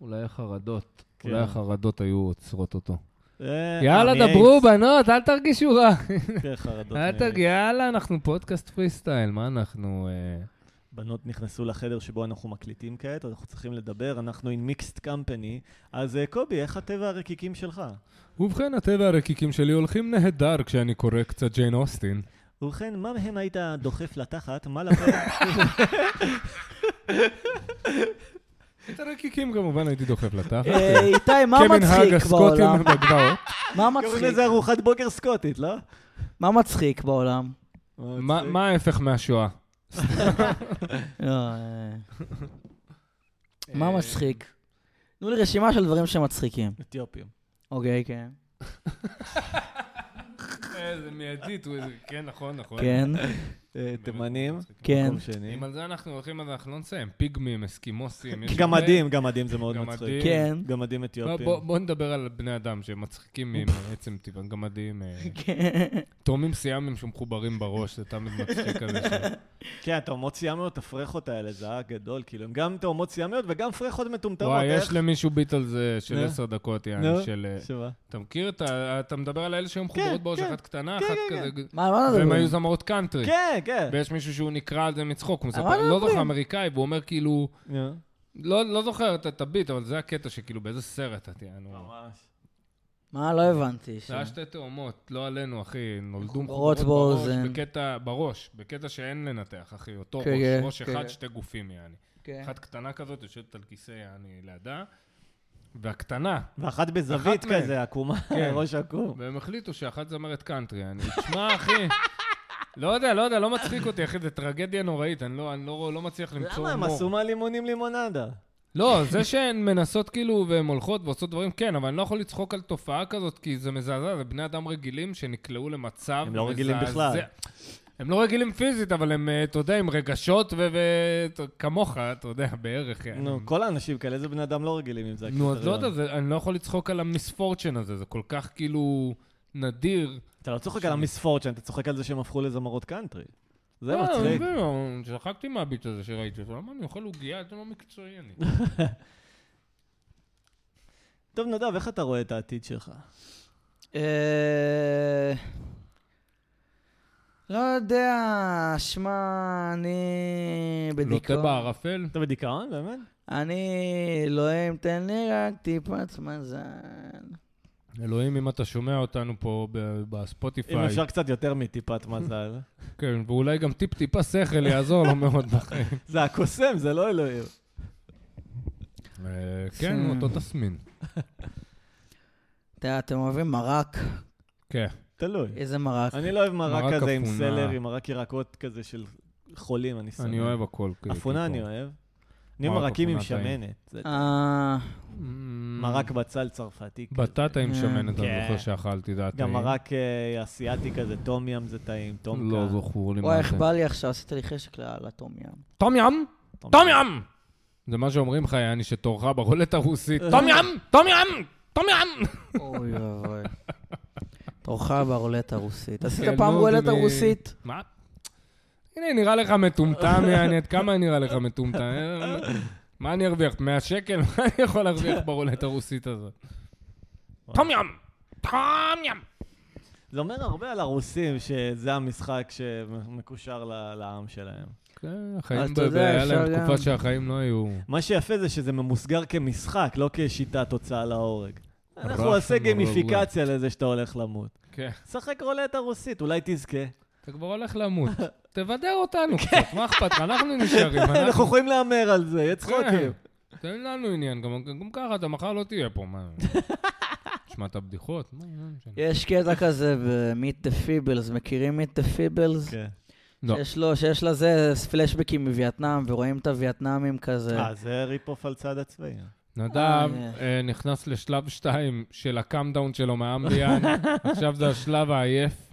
Speaker 2: אולי החרדות.
Speaker 1: כן.
Speaker 2: אולי החרדות היו עוצרות אותו.
Speaker 1: אה, אה.
Speaker 2: יאללה,
Speaker 1: אני
Speaker 2: דברו, בנות, אל תרגישו רע.
Speaker 1: אייס, יותר חרדות
Speaker 2: אל
Speaker 1: מאייס.
Speaker 2: תרגישו, יאללה, אנחנו פודקאסט פרי סטייל, מה אנחנו... אה,
Speaker 1: בנות נכנסו לחדר שבו אנחנו מקליטים כעת, אנחנו צריכים לדבר, אנחנו in mixed company. אז אה, קובי, איך הטבע הרקיקים שלך?
Speaker 2: ובכן, הטבע הרקיקים שלי הולכים נהדר כשאני קורא קצת ג'יין אוסטין.
Speaker 1: ובכן, מה מהם היית דוחף לתחת? מה לפה?
Speaker 2: את הרקיקים כמובן הייתי דוחף לתחת. כן.
Speaker 3: אה, איתי, מה
Speaker 2: כמנהג
Speaker 3: מצחיק בעולם?
Speaker 2: הסקוטים בגבעות.
Speaker 3: מה
Speaker 1: קוראים
Speaker 3: מצחיק?
Speaker 1: לזה ארוחת בוקר סקוטית, לא?
Speaker 3: מה מצחיק בעולם?
Speaker 2: מה- מה ההפך מהשואה?
Speaker 3: לא, אה.
Speaker 1: אה,
Speaker 3: מה מצחיק? תנו לי רשימה של דברים שמצחיקים.
Speaker 1: אתיופים.
Speaker 3: אוקיי, כן.
Speaker 2: אה, זה מיידית, הוא איזה- כן, נכון, נכון.
Speaker 3: כן,
Speaker 1: אה, תימנים.
Speaker 3: כן.
Speaker 1: אוקיי. מקום שני.
Speaker 2: אם על זה אנחנו הולכים, אז אנחנו לא נסיים. פיגמים, אסקימוסים. יש הרבה.
Speaker 1: גמדים, גמדים זה מאוד
Speaker 2: גמדים.
Speaker 1: מצחיק.
Speaker 3: כן.
Speaker 1: גמדים
Speaker 2: לא,
Speaker 1: אתיופים.
Speaker 2: בוא- בוא נדבר על בני אדם שמצחיקים מעצם טבעם, גמדים. אה,
Speaker 3: כן.
Speaker 2: תאומים סיאמים שמחוברים בראש, זה תמיד מצחיק כזה. ש-
Speaker 1: כן, התאומות סיאמיות, הפרחות האלה, זה היה גדול, כאילו, הם גם תאומות סיאמיות וגם פרחות מטומטמות.
Speaker 2: וואי,
Speaker 1: אוקיי, איך?
Speaker 2: יש למישהו ביט על זה של
Speaker 1: נו.
Speaker 2: עשר דקות,
Speaker 1: נו,
Speaker 2: יעני, של... אה,
Speaker 1: שמה?
Speaker 2: אתה מכיר? את ה- אתה מדבר על אלה שהיו מחוברות בראש,
Speaker 1: כן.
Speaker 2: אחת קטנה, אחת
Speaker 1: כן,
Speaker 2: כזה...
Speaker 3: מה, לא מה
Speaker 2: והם
Speaker 3: נדבר?
Speaker 2: היו זמרות קאנטרי.
Speaker 1: כן, כן.
Speaker 2: ויש מישהו שהוא נקרע על זה מצחוק, הוא
Speaker 3: אבל
Speaker 2: מספר, לא זוכר,
Speaker 3: מדברים.
Speaker 2: אמריקאי, והוא אומר כאילו...
Speaker 1: נו,
Speaker 2: לא, לא זוכר את- את הביט, אבל זה הקטע שכאילו באיזה סרט אתה תהיה, נו.
Speaker 1: ממש.
Speaker 3: מה, לא הבנתי. ש-
Speaker 2: זה היה שתי תאומות, לא עלינו, אחי, נולדו מחוברות
Speaker 3: מחוברות
Speaker 2: בראש,
Speaker 3: באוזן.
Speaker 2: בקטע, בראש, בקטע שאין לנתח, אחי, אותו
Speaker 3: כן,
Speaker 2: ראש,
Speaker 3: כן,
Speaker 2: ראש
Speaker 3: כן.
Speaker 2: אחד, שתי גופים, יעני.
Speaker 3: כן.
Speaker 2: אחת קטנה כזאת, יושבת על כיסא, יעני, לידה, והקטנה,
Speaker 1: ואחת בזווית
Speaker 2: אחת מהן.
Speaker 1: כזה, עקומה,
Speaker 2: כן.
Speaker 1: ראש עקום.
Speaker 2: והם החליטו שאחת זמרת קאנטרי, אני, תשמע, אחי, לא יודע, לא יודע, לא מצחיק אותי, אחי, זה טרגדיה נוראית, אני לא, אני לא, לא מצליח למצוא
Speaker 1: למה
Speaker 2: הומור.
Speaker 1: הם עשו מהלימונים לימונדה?
Speaker 2: לא, זה שהן מנסות כאילו, והן הולכות ועושות דברים, כן, אבל אני לא יכול לצחוק על תופעה כזאת, כי זה מזעזע, זה בני אדם רגילים שנקלעו למצב
Speaker 1: הם לא רגילים
Speaker 2: מזעזע.
Speaker 1: בכלל.
Speaker 2: הם לא רגילים פיזית, אבל הם, אה, אתה יודע, עם רגשות וכמוך, אתה יודע, בערך. יעני.
Speaker 1: נו, כל האנשים כאלה, איזה בני אדם לא רגילים עם זה.
Speaker 2: כן. נו, אז לא
Speaker 1: הקריטריון.
Speaker 2: יודע, זה- אני לא יכול לצחוק על המיספורצ'ן הזה, זה כל כך כאילו נדיר.
Speaker 1: אתה לא צוחק על המיספורצ'ן, אתה צוחק על זה שהם הפכו לזמרות קאנטרי. זה
Speaker 2: אה,
Speaker 1: מצחיק.
Speaker 2: אוקיי. שחקתי מהביט הזה שראיתי אותו, למה אני אוכל עוגייה? זה לא מקצועי אני.
Speaker 1: טוב, נדב, איך אתה רואה את העתיד שלך?
Speaker 3: אה, לא יודע, שמע, אני
Speaker 2: לוטה
Speaker 3: בדיכאון.
Speaker 2: בערפל?
Speaker 1: אתה בדיכאון, באמת?
Speaker 3: אני, אלוהים, תן לי רק טיפת מזל.
Speaker 2: אלוהים, אם אתה שומע אותנו פה ב- בספוטיפיי,
Speaker 1: אם אפשר קצת יותר מטיפת מזל.
Speaker 2: כן, ואולי גם טיפ-טיפה שכל יעזור לו מאוד בחיים.
Speaker 1: זה הקוסם, זה לא אלוהים.
Speaker 2: אה, כן, הוא אותו תסמין.
Speaker 3: אתה יודע, אתם אוהבים מרק?
Speaker 2: כן.
Speaker 1: תלוי.
Speaker 3: איזה מרק?
Speaker 1: אני לא אוהב מרק
Speaker 2: מרק
Speaker 1: כזה עם
Speaker 2: אפונה.
Speaker 1: סלר, עם מרק ירקות כזה של חולים, אני שונא.
Speaker 2: אני אוהב הכל. כאילו,
Speaker 1: אפונה אני
Speaker 2: כאילו.
Speaker 1: אוהב. אני
Speaker 2: מרק
Speaker 1: אוהב מרקים עם
Speaker 2: אפונה טעים.
Speaker 1: שמנת. זה
Speaker 3: אה,
Speaker 2: מ-
Speaker 1: מרק בצל צרפתי. כזה.
Speaker 2: בטטה עם
Speaker 3: אה,
Speaker 2: שמנת, אני
Speaker 1: כן.
Speaker 2: זוכר שאכלתי, זה היה
Speaker 1: גם
Speaker 2: טעים.
Speaker 1: מרק אה, אסיאתי כזה, טום ים זה טעים, טום
Speaker 2: לא זכור לי
Speaker 3: וואי,
Speaker 2: מה
Speaker 3: איך
Speaker 2: זה.
Speaker 3: בא לי עכשיו, עשית לי חשק לטום ים.
Speaker 2: תום ים! תום ים! זה מה שאומרים לך, יעני, שתורך ברולט הרוסית.
Speaker 1: אה.
Speaker 2: תום ים! תום ים! תום ים!
Speaker 3: אוי ואבוי. תורך ברולטה הרוסית. עשית
Speaker 2: כן,
Speaker 3: פעם
Speaker 2: נו,
Speaker 3: רולטה
Speaker 2: אני-
Speaker 3: רוסית?
Speaker 2: מה? הנה, נראה לך מטומטם, יעני, עד כמה נראה לך מטומטם? אה, מה אני ארוויח? 100 שקל? מה אני יכול להרוויח ברולט הרוסית הזאת? תום ים! תום ים!
Speaker 1: זה אומר הרבה על הרוסים, שזה המשחק שמקושר ל- לעם שלהם.
Speaker 2: כן, החיים,
Speaker 3: אתה יודע,
Speaker 2: ב- היה להם
Speaker 3: אפשר
Speaker 2: תקופה
Speaker 3: גם-
Speaker 2: שהחיים לא היו...
Speaker 1: מה שיפה זה שזה ממוסגר כמשחק, לא כשיטת הוצאה להורג. אנחנו
Speaker 2: רף
Speaker 1: נעשה
Speaker 2: מאוד
Speaker 1: גמיפיקציה לזה שאתה הולך למות.
Speaker 2: כן.
Speaker 1: שחק רולטה רוסית, אולי תזכה.
Speaker 2: אתה כבר הולך למות. תבדר אותנו
Speaker 3: כן.
Speaker 2: קצת, מה אכפת לך? אנחנו נשארים.
Speaker 1: כן, אנחנו יכולים להמר על זה, יהיה
Speaker 2: כן.
Speaker 1: צחוקים.
Speaker 2: תן לנו עניין, גם גם ככה אתה מחר לא תהיה פה, מה? תשמע את הבדיחות? מה, לא משנה.
Speaker 3: יש קטע כזה ב-Meet the Feebles, מכירים Meet the Feebles?
Speaker 1: כן.
Speaker 2: לא.
Speaker 3: שיש לו, שיש לזה פלשבקים מווייטנאם, ורואים את הווייטנאמים כזה.
Speaker 1: אה, זה ריפ-אוף על צד הצבאי.
Speaker 2: נדב
Speaker 3: אה,
Speaker 2: אה, נכנס לשלב 2 של הקאמדאון שלו מהאמביאן, עכשיו זה השלב העייף.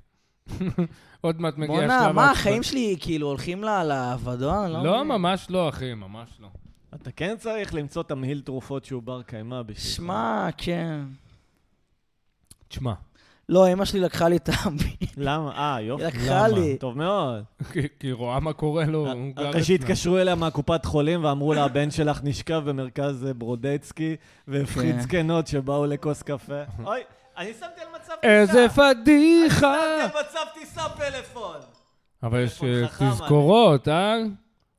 Speaker 2: עוד מעט מגיע השלב...
Speaker 3: בואנה, מה,
Speaker 2: העצבני.
Speaker 3: החיים שלי כאילו הולכים ל- לאבדון?
Speaker 2: לא, ממש לא, אחי, ממש לא.
Speaker 1: אתה כן צריך למצוא תמהיל תרופות שהוא בר קיימא בשבילך.
Speaker 3: שמע, כן.
Speaker 2: תשמע,
Speaker 3: לא, אמא שלי לקחה לי את האמבי.
Speaker 1: למה? אה, יופי.
Speaker 3: היא
Speaker 2: למה?
Speaker 3: לקחה לי.
Speaker 1: טוב מאוד.
Speaker 2: כי- כי היא רואה מה קורה לו, הוא גר
Speaker 1: אה, אחרי שהתקשרו אליה מהקופת חולים ואמרו לה, הבן שלך נשכב במרכז אה, ברודצקי, והפחיד
Speaker 3: כן.
Speaker 1: זקנות שבאו לכוס קפה. אוי, אני שמתי על מצב טיסה.
Speaker 2: איזה פדיחה!
Speaker 1: שמתי על מצב טיסה פלאפון.
Speaker 2: אבל יש
Speaker 1: טלפון
Speaker 2: אה,
Speaker 1: חכם, אני.
Speaker 2: תזכורות, אה?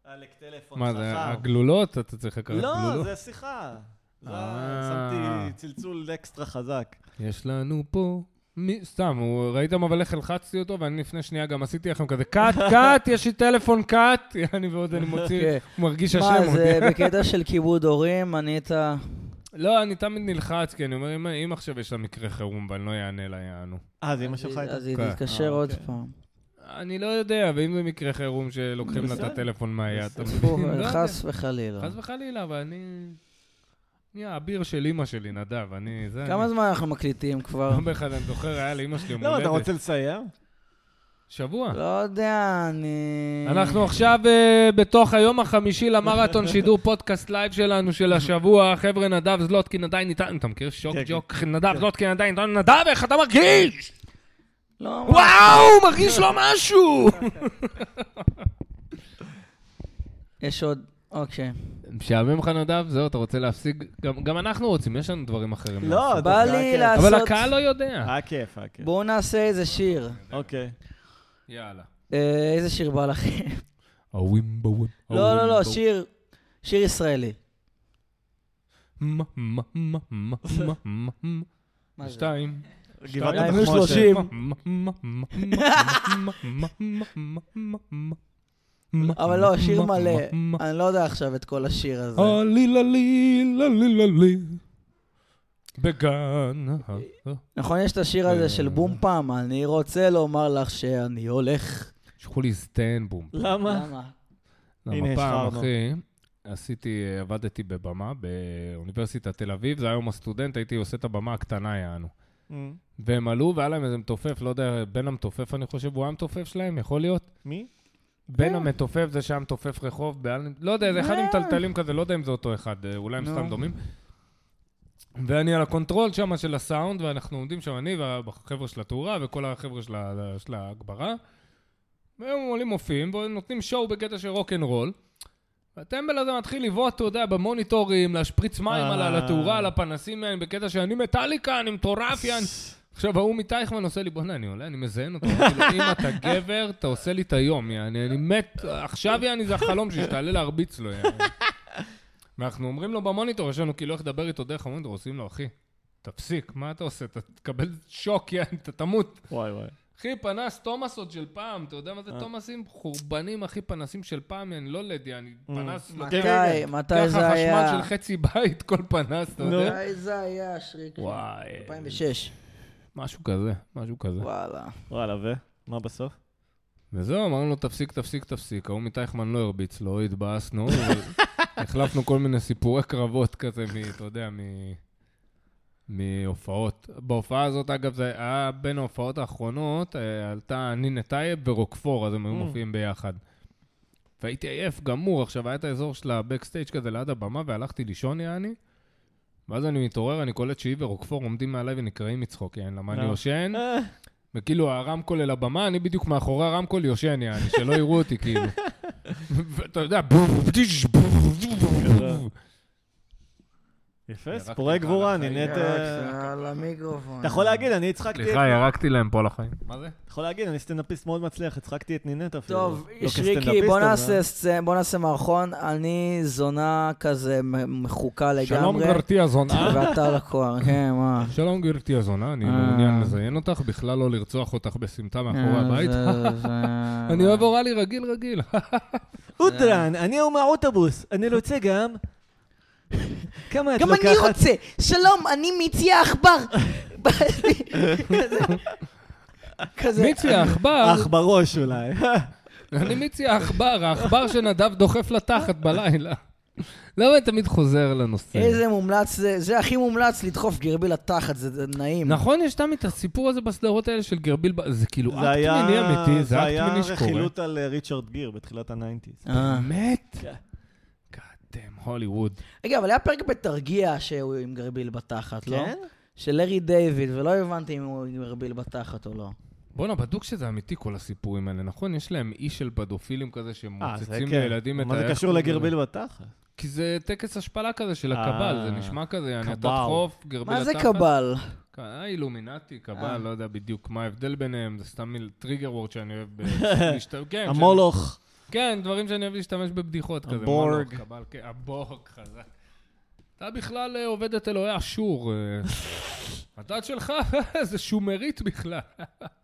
Speaker 1: עלק טלפון
Speaker 2: מה זה,
Speaker 1: חכם.
Speaker 2: הגלולות? אתה צריך לקראת
Speaker 1: לא,
Speaker 2: גלולות?
Speaker 1: זה שיחה. זה-
Speaker 2: אה.
Speaker 1: שמתי צלצול אקסטרה חזק.
Speaker 2: יש לנו פה... מי... סתם, הוא... ראיתם אבל איך הלחצתי אותו, ואני לפני שנייה גם עשיתי לכם כזה קאט, קאט, יש לי טלפון קאט, אני ועוד אני מוציא,
Speaker 3: כן.
Speaker 2: הוא מרגיש אשם.
Speaker 3: מה,
Speaker 2: הוא
Speaker 3: זה
Speaker 2: יודע.
Speaker 3: בקטע של כיבוד הורים, אני את ה...
Speaker 2: לא, אני תמיד נלחץ, כי אני אומר, אם, אם עכשיו יש לה מקרה חירום ואני לא אענה לה, יענו.
Speaker 1: אה, זה אמא שלך הייתה?
Speaker 3: אז היא
Speaker 2: כן.
Speaker 3: תתקשר
Speaker 1: אה,
Speaker 3: עוד
Speaker 1: אוקיי.
Speaker 3: פעם.
Speaker 2: אני לא יודע, ואם זה מקרה חירום שלוקחים לה את
Speaker 1: בסדר.
Speaker 2: הטלפון מהיד, אתה מבין?
Speaker 3: פוף,
Speaker 2: לא יודע.
Speaker 3: חס וחלילה.
Speaker 2: חס וחלילה, אבל אני... אני האביר של אימא שלי, נדב, אני... זה
Speaker 3: כמה
Speaker 2: אני...
Speaker 3: זמן אנחנו מקליטים כבר?
Speaker 2: יום אחד, אני זוכר, היה לאימא שלי יום
Speaker 1: למה, לא, אתה
Speaker 2: הולדת.
Speaker 1: רוצה לסיים?
Speaker 2: שבוע.
Speaker 3: לא יודע, אני...
Speaker 2: אנחנו עכשיו אה, בתוך היום החמישי למרתון שידור פודקאסט לייב שלנו של השבוע. חבר'ה, נדב זלוטקין עדיין איתנו, אתה מכיר שוק
Speaker 1: כן, כן.
Speaker 2: ג'וק? נדב זלוטקין עדיין איתנו, נדב, איך אתה מרגיש?
Speaker 3: לא, מה-
Speaker 2: וואו, מרגיש לו משהו!
Speaker 3: יש עוד... אוקיי.
Speaker 2: משעמם לך נדב? זהו, אתה רוצה להפסיק? גם- גם אנחנו רוצים, יש לנו דברים אחרים.
Speaker 1: לא, אה.
Speaker 2: לעשות.
Speaker 1: אתה-
Speaker 3: בא
Speaker 1: זה היה
Speaker 3: לי
Speaker 1: כיף.
Speaker 3: לעשות...
Speaker 2: אבל הקהל לא יודע.
Speaker 1: היה כיף, היה כיף.
Speaker 3: בואו נעשה איזה שיר.
Speaker 1: אוקיי. לא,
Speaker 2: יאללה.
Speaker 3: אה, איזה שיר בא לכם?
Speaker 2: הווימבו ווימבו.
Speaker 3: לא, לא, לא, שיר... שיר ישראלי.
Speaker 2: מה, מה, מה, מה, מה, מה,
Speaker 3: מה
Speaker 2: מה.
Speaker 3: זה?
Speaker 2: שתיים.
Speaker 1: גבעת
Speaker 2: שתיים,
Speaker 3: היו
Speaker 1: התחמושת.
Speaker 3: שלושים. אבל לא, שיר מלא. אני לא יודע עכשיו את כל השיר הזה.
Speaker 2: עלילה לילה לילה לי בגן.
Speaker 3: נכון, יש את השיר
Speaker 1: אה.
Speaker 3: הזה של בום פעם, אני רוצה לומר לך שאני הולך.
Speaker 2: שלחו לי זטיינבום.
Speaker 1: למה?
Speaker 3: למה?
Speaker 1: הנה,
Speaker 2: למה פעם,
Speaker 1: השחרנו.
Speaker 2: אחי, עשיתי, עבדתי בבמה באוניברסיטת תל אביב, זה היה יום הסטודנט, הייתי עושה את הבמה הקטנה, יענו.
Speaker 1: אמ,
Speaker 2: והם עלו והיה להם איזה מתופף, לא יודע, בן המתופף אני חושב, הוא היה המתופף שלהם, יכול להיות?
Speaker 1: מי?
Speaker 2: בן המתופף זה שהיה מתופף רחוב, באל... לא יודע, זה אחד עם טלטלים כזה, לא יודע אם זה אותו אחד, אה, אולי הם
Speaker 3: נו.
Speaker 2: סתם דומים. ואני על הקונטרול שם של הסאונד, ואנחנו עומדים שם, אני והחבר'ה של התאורה וכל החבר'ה של, ה- של ההגברה. והם עולים מופיעים ונותנים שואו בקטע של רוקנרול. והטמבל הזה מתחיל לבעוט, אתה יודע, במוניטורים, להשפריץ מים על ה- על התאורה, על הפנסים, אה, בקטע שאני מטאליקה, אני מטורף, יעני. עכשיו, ההוא מטייכמן עושה לי, בוא'נה, אני עולה, אני מזיין אותו. כאילו, אם אתה גבר, אתה עושה לי את היום, יעני, אני מת, עכשיו יעני, זה החלום שלי, שתעלה להרביץ לא לו, יעני. ואנחנו אומרים לו במוניטור, יש לנו כאילו איך לדבר איתו דרך המוניטור, עושים לו, אחי, תפסיק, מה אתה עושה? אתה תקבל שוק, יא, אתה תמות.
Speaker 1: וואי וואי.
Speaker 2: אחי, פנס תומאסות של פעם, אתה יודע מה זה
Speaker 1: אה.
Speaker 2: תומאסים? חורבנים, אחי, פנסים של פעם, אני לא לדי, אני פנס
Speaker 3: אה, מתי,
Speaker 2: לוקח
Speaker 3: מתי זה
Speaker 2: אוקיי, חשמל
Speaker 3: היה?
Speaker 2: של חצי בית, כל פנס, אתה
Speaker 1: נו.
Speaker 2: יודע?
Speaker 3: מתי זה היה, שריק?
Speaker 2: וואי.
Speaker 3: 2006.
Speaker 2: משהו כזה, משהו כזה.
Speaker 3: וואלה.
Speaker 1: וואלה, ו? מה בסוף?
Speaker 2: וזהו, אמרנו לו, תפסיק, תפסיק, תפסיק. ההוא מטייכמן לא הרביץ לו, התבאסנו, אבל החלפנו כל מיני סיפורי קרבות כזה, מ- אתה יודע, מ... מהופעות. בהופעה הזאת, אגב, זה היה בין ההופעות האחרונות, אה, עלתה נינה טייב ורוקפור, אז הם היו
Speaker 1: Mm.
Speaker 2: מופיעים ביחד. והייתי עייף גמור, עכשיו היה את האזור של הבקסטייג' כזה ליד הבמה, והלכתי לישון, יעני. ואז אני מתעורר, אני קולט שהיא ורוקפור עומדים מעליי ונקרעים מצחוק, יעני, למה אני
Speaker 1: אה.
Speaker 2: יושן?
Speaker 1: אה,
Speaker 2: וכאילו הרמקול אל הבמה, אני בדיוק מאחורי הרמקול יושן, יעני, שלא יראו אותי, כאילו. ואתה יודע, בוף, דיש, בוף, בוף.
Speaker 1: יפה,
Speaker 2: ירקתי
Speaker 1: סיפורי
Speaker 2: לך
Speaker 1: גבורה,
Speaker 2: על החיים.
Speaker 1: נהנית... אה,
Speaker 3: על המיקרופון.
Speaker 1: אתה יכול להגיד, אני הצחקתי...
Speaker 4: סליחה,
Speaker 1: את-
Speaker 4: ירקתי להם פה לחיים.
Speaker 2: מה זה?
Speaker 1: אתה יכול להגיד, אני סטנדאפיסט מאוד מצליח, הצחקתי את נינט אפילו.
Speaker 3: טוב,
Speaker 1: לא
Speaker 3: שריקי,
Speaker 1: כסטנדאפיסט,
Speaker 3: בוא
Speaker 1: אבל-
Speaker 3: נעשה סצ- בוא נעשה מערכון. אני זונה כזה מ- מחוקה
Speaker 2: שלום
Speaker 3: לגמרי.
Speaker 2: גברתי הזונה.
Speaker 3: ואתה לקוח, כן, מה?
Speaker 2: שלום גברתי הזונה, אני
Speaker 3: אה.
Speaker 2: מעוניין לזיין אותך, בכלל לא לרצוח אותך בסמטה
Speaker 4: אה,
Speaker 2: מאחורי
Speaker 3: אה,
Speaker 2: הבית. אני אוהב אוראלי רגיל רגיל.
Speaker 1: אודרן, אני הוא מהאוטובוס, אני רוצה גם... כמה את
Speaker 3: גם
Speaker 1: לוקחת?
Speaker 3: אני רוצה. שלום, אני מיצי העכבר. כזה. כזה.
Speaker 2: מיצי העכבר,
Speaker 1: אח בראש אולי.
Speaker 2: אני מיצי העכבר, העכבר שנדב דוחף לתחת בלילה. למה אני תמיד חוזר לנושא?
Speaker 3: איזה מומלץ זה, זה הכי מומלץ לדחוף גרבי לתחת, זה זה נעים.
Speaker 2: נכון, יש תמיד את הסיפור הזה בסדרות האלה של גרביל, ב- זה כאילו
Speaker 1: זה
Speaker 2: אקט
Speaker 1: היה-
Speaker 2: מיני אמיתי, זה אקט מיני
Speaker 1: זה היה
Speaker 2: שקורה.
Speaker 1: רכילות על אה, ריצ'רד גיר בתחילת הניינטיז.
Speaker 3: אה.
Speaker 2: באמת?
Speaker 1: כן.
Speaker 2: קאדם, הוליווד.
Speaker 3: רגע, אבל היה פרק בתרגיע שהוא עם גרביל בתחת, לא?
Speaker 1: כן?
Speaker 3: של לארי דיוויד, ולא הבנתי אם הוא עם גרביל בתחת או לא.
Speaker 2: בואנה, בדוק שזה אמיתי כל הסיפורים האלה, נכון? יש להם אי של פדופילים כזה
Speaker 1: אה, זה
Speaker 2: שמוצצים
Speaker 1: כן.
Speaker 2: לילדים את
Speaker 1: מה זה
Speaker 2: האיך כן,
Speaker 1: קשור
Speaker 2: קוראים
Speaker 1: לגרביל
Speaker 2: לזה?
Speaker 1: בתחת?
Speaker 2: כי זה טקס השפלה כזה של
Speaker 1: אה,
Speaker 2: הקבל, זה נשמע כזה, יעני, אתה
Speaker 1: קבל.
Speaker 2: תחוף, גרביל
Speaker 3: מה זה
Speaker 2: לתחת.
Speaker 3: קבל?
Speaker 2: ק- אה, אילומינטי,
Speaker 3: אה.
Speaker 2: קבל, לא יודע בדיוק מה ההבדל ביניהם, זה סתם מיל- טריגר וורד שאני אוהב ב- להשתמש. כן, שאני-
Speaker 1: המולוך.
Speaker 2: כן, דברים שאני אוהב להשתמש בבדיחות כזה.
Speaker 1: הבורג.
Speaker 2: מלוך, קבל, כן, הבורג, חזק. אתה בכלל אה, עובד את אלוהי אשור. אה. הדת שלך אה, זה שומרית בכלל.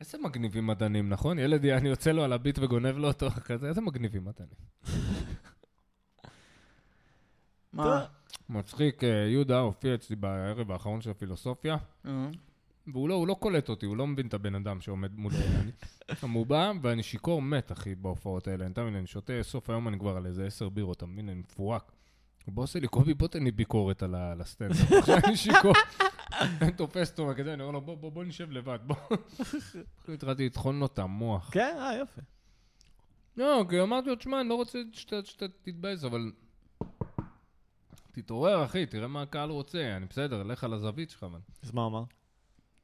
Speaker 2: איזה מגניבים מדענים, נכון? ילד, אני יוצא לו על הביט וגונב לו אותו כזה, איזה מגניבים מדענים.
Speaker 3: מה?
Speaker 2: מצחיק, אה, יהודה הופיע אצלי בערב האחרון של הפילוסופיה,
Speaker 3: אה.
Speaker 2: והוא לא, הוא לא קולט אותי, הוא לא מבין את הבן אדם שעומד מולו. אני- גם הוא בא, ואני שיכור מת, אחי, בהופעות האלה. אני תמיד, אני שותה, סוף היום אני כבר על איזה עשר בירות, אתה מבין? אני מפורק. הוא בא עושה לי קובי, בוא תן לי ביקורת על ה- על הסטנדאפ. עכשיו אני שיכור. אני תופס אותו כזה, אני אומר לו, בוא, בוא, בוא נשב לבד, בוא. אחי, התחלתי לטחון לו את המוח.
Speaker 1: כן, אה, יופי.
Speaker 2: לא, כי אמרתי לו, תשמע, אני לא רוצה שאתה שאתה תתבאס, אבל... תתעורר, אחי, תראה מה הקהל רוצה. אני בסדר, לך על הזווית שלך, אבל...
Speaker 1: אז מה הוא אמר?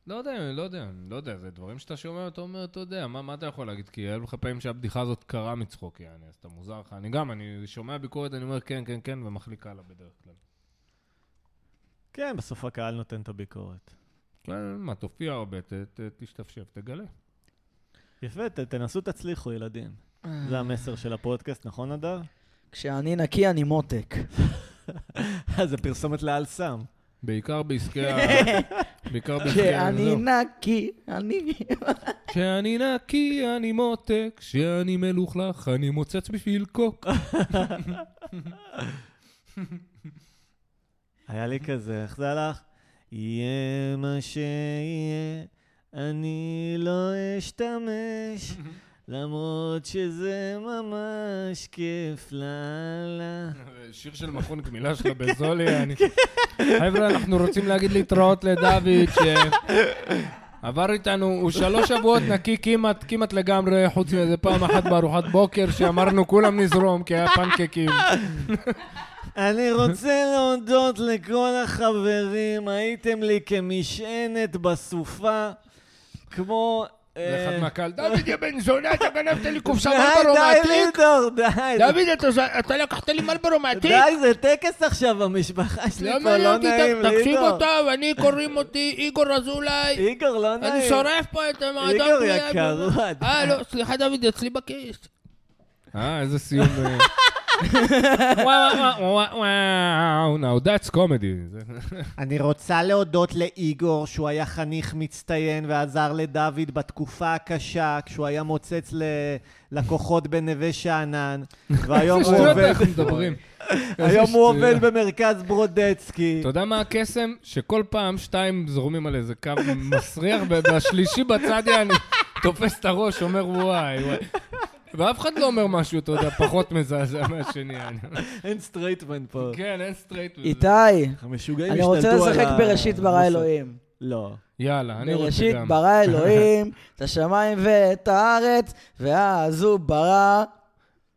Speaker 2: לא יודע, אני לא יודע, אני לא יודע, זה דברים שאתה שומע, אתה אומר, אתה יודע, מה, מה אתה יכול להגיד? כי היו לך פעמים שהבדיחה הזאת קרה מצחוק, יעני, אז אתה מוזר לך. אני גם, אני שומע ביקורת, אני אומר כן, כן, כן, ומחליק הלאה בדרך כלל.
Speaker 1: כן, בסוף הקהל נותן את הביקורת.
Speaker 2: כן, מה, תופיע הרבה, ת, ת, תשתפשף, תגלה.
Speaker 1: יפה, ת- תנסו, תצליחו, ילדים. זה המסר של הפודקאסט, נכון, נדב?
Speaker 3: כשאני נקי אני מותק.
Speaker 1: אה, זה פרסומת לאל סם.
Speaker 2: בעיקר בעסקי ה... בעיקר בעסקי ה... לא.
Speaker 3: כשאני
Speaker 2: זהו.
Speaker 3: נקי, אני...
Speaker 2: כשאני נקי, אני מותק, כשאני מלוכלך, אני מוצץ בשביל קוק.
Speaker 1: היה לי כזה, איך זה הלך? יהיה מה שיהיה, אני לא אשתמש, למרות שזה ממש כיף לאללה.
Speaker 2: שיר של מכון גמילה
Speaker 1: כן.
Speaker 2: שלך בזולי, אני... חבר'ה, אנחנו רוצים להגיד להתראות לדוד, שעבר איתנו, הוא שלוש שבועות נקי כמעט, כמעט לגמרי, חוץ מאיזה פעם אחת בארוחת בוקר, שאמרנו כולם נזרום, כי היה פנקקים.
Speaker 1: כן. אני רוצה להודות לכל החברים, הייתם לי כמשענת בסופה, כמו... אה,
Speaker 2: ואחד מהקהל, דוד יא בן זונה, אתה גנבת לי קופסה
Speaker 1: די,
Speaker 2: מלברו
Speaker 1: די,
Speaker 2: מעתיק.
Speaker 1: לידור, די.
Speaker 2: דוד, אתה- אתה לקחת לי מלברו מעתיק.
Speaker 1: די, זה טקס עכשיו, המשפחה שלי
Speaker 2: לא
Speaker 1: פה
Speaker 2: מעניין
Speaker 1: לא
Speaker 2: אותי,
Speaker 1: נעים,
Speaker 2: ת-
Speaker 1: לידור.
Speaker 2: תקשיב אותם, אני קוראים אותי איגור אזולאי.
Speaker 1: איגור, לא נעים.
Speaker 2: אני שורף פה את המועדון.
Speaker 1: איגור
Speaker 2: בלי
Speaker 1: יקר,
Speaker 2: הגבלה.
Speaker 1: וואט.
Speaker 2: אה, לא, סליחה, דוד, אצלי בכיס. אה, איזה סיום. אה, וואו, וואו, וואו, וואו, now that's comedy. זה-
Speaker 1: אני רוצה להודות לאיגור, שהוא היה חניך מצטיין ועזר לדוד בתקופה הקשה, כשהוא היה מוצץ ללקוחות בנווה שאנן, והיום
Speaker 2: איזה
Speaker 1: הוא
Speaker 2: שטויות
Speaker 1: עובד...
Speaker 2: אנחנו מדברים.
Speaker 1: היום הוא
Speaker 2: איזה
Speaker 1: עובד
Speaker 2: שטויות.
Speaker 1: במרכז ברודצקי.
Speaker 2: אתה יודע מה הקסם? שכל פעם שתיים זורמים על איזה קו מסריח, והשלישי בצד יעני תופס את הראש, אומר וואי, וואי. ואף אחד לא אומר משהו, אתה יודע, פחות מזעזע מהשני. יעני.
Speaker 1: אין סטרייטמן פה.
Speaker 2: כן, אין סטרייט. בזה.
Speaker 3: איתי,
Speaker 1: המשוגעים
Speaker 3: אני רוצה
Speaker 1: השתלטו על
Speaker 3: לשחק
Speaker 1: ה-
Speaker 3: בראשית ברא
Speaker 1: המוסד.
Speaker 3: אלוהים.
Speaker 1: לא.
Speaker 2: יאללה, אני רוצה
Speaker 3: בראשית
Speaker 2: גם.
Speaker 3: ברא אלוהים את השמיים ואת הארץ, ואז הוא ברא,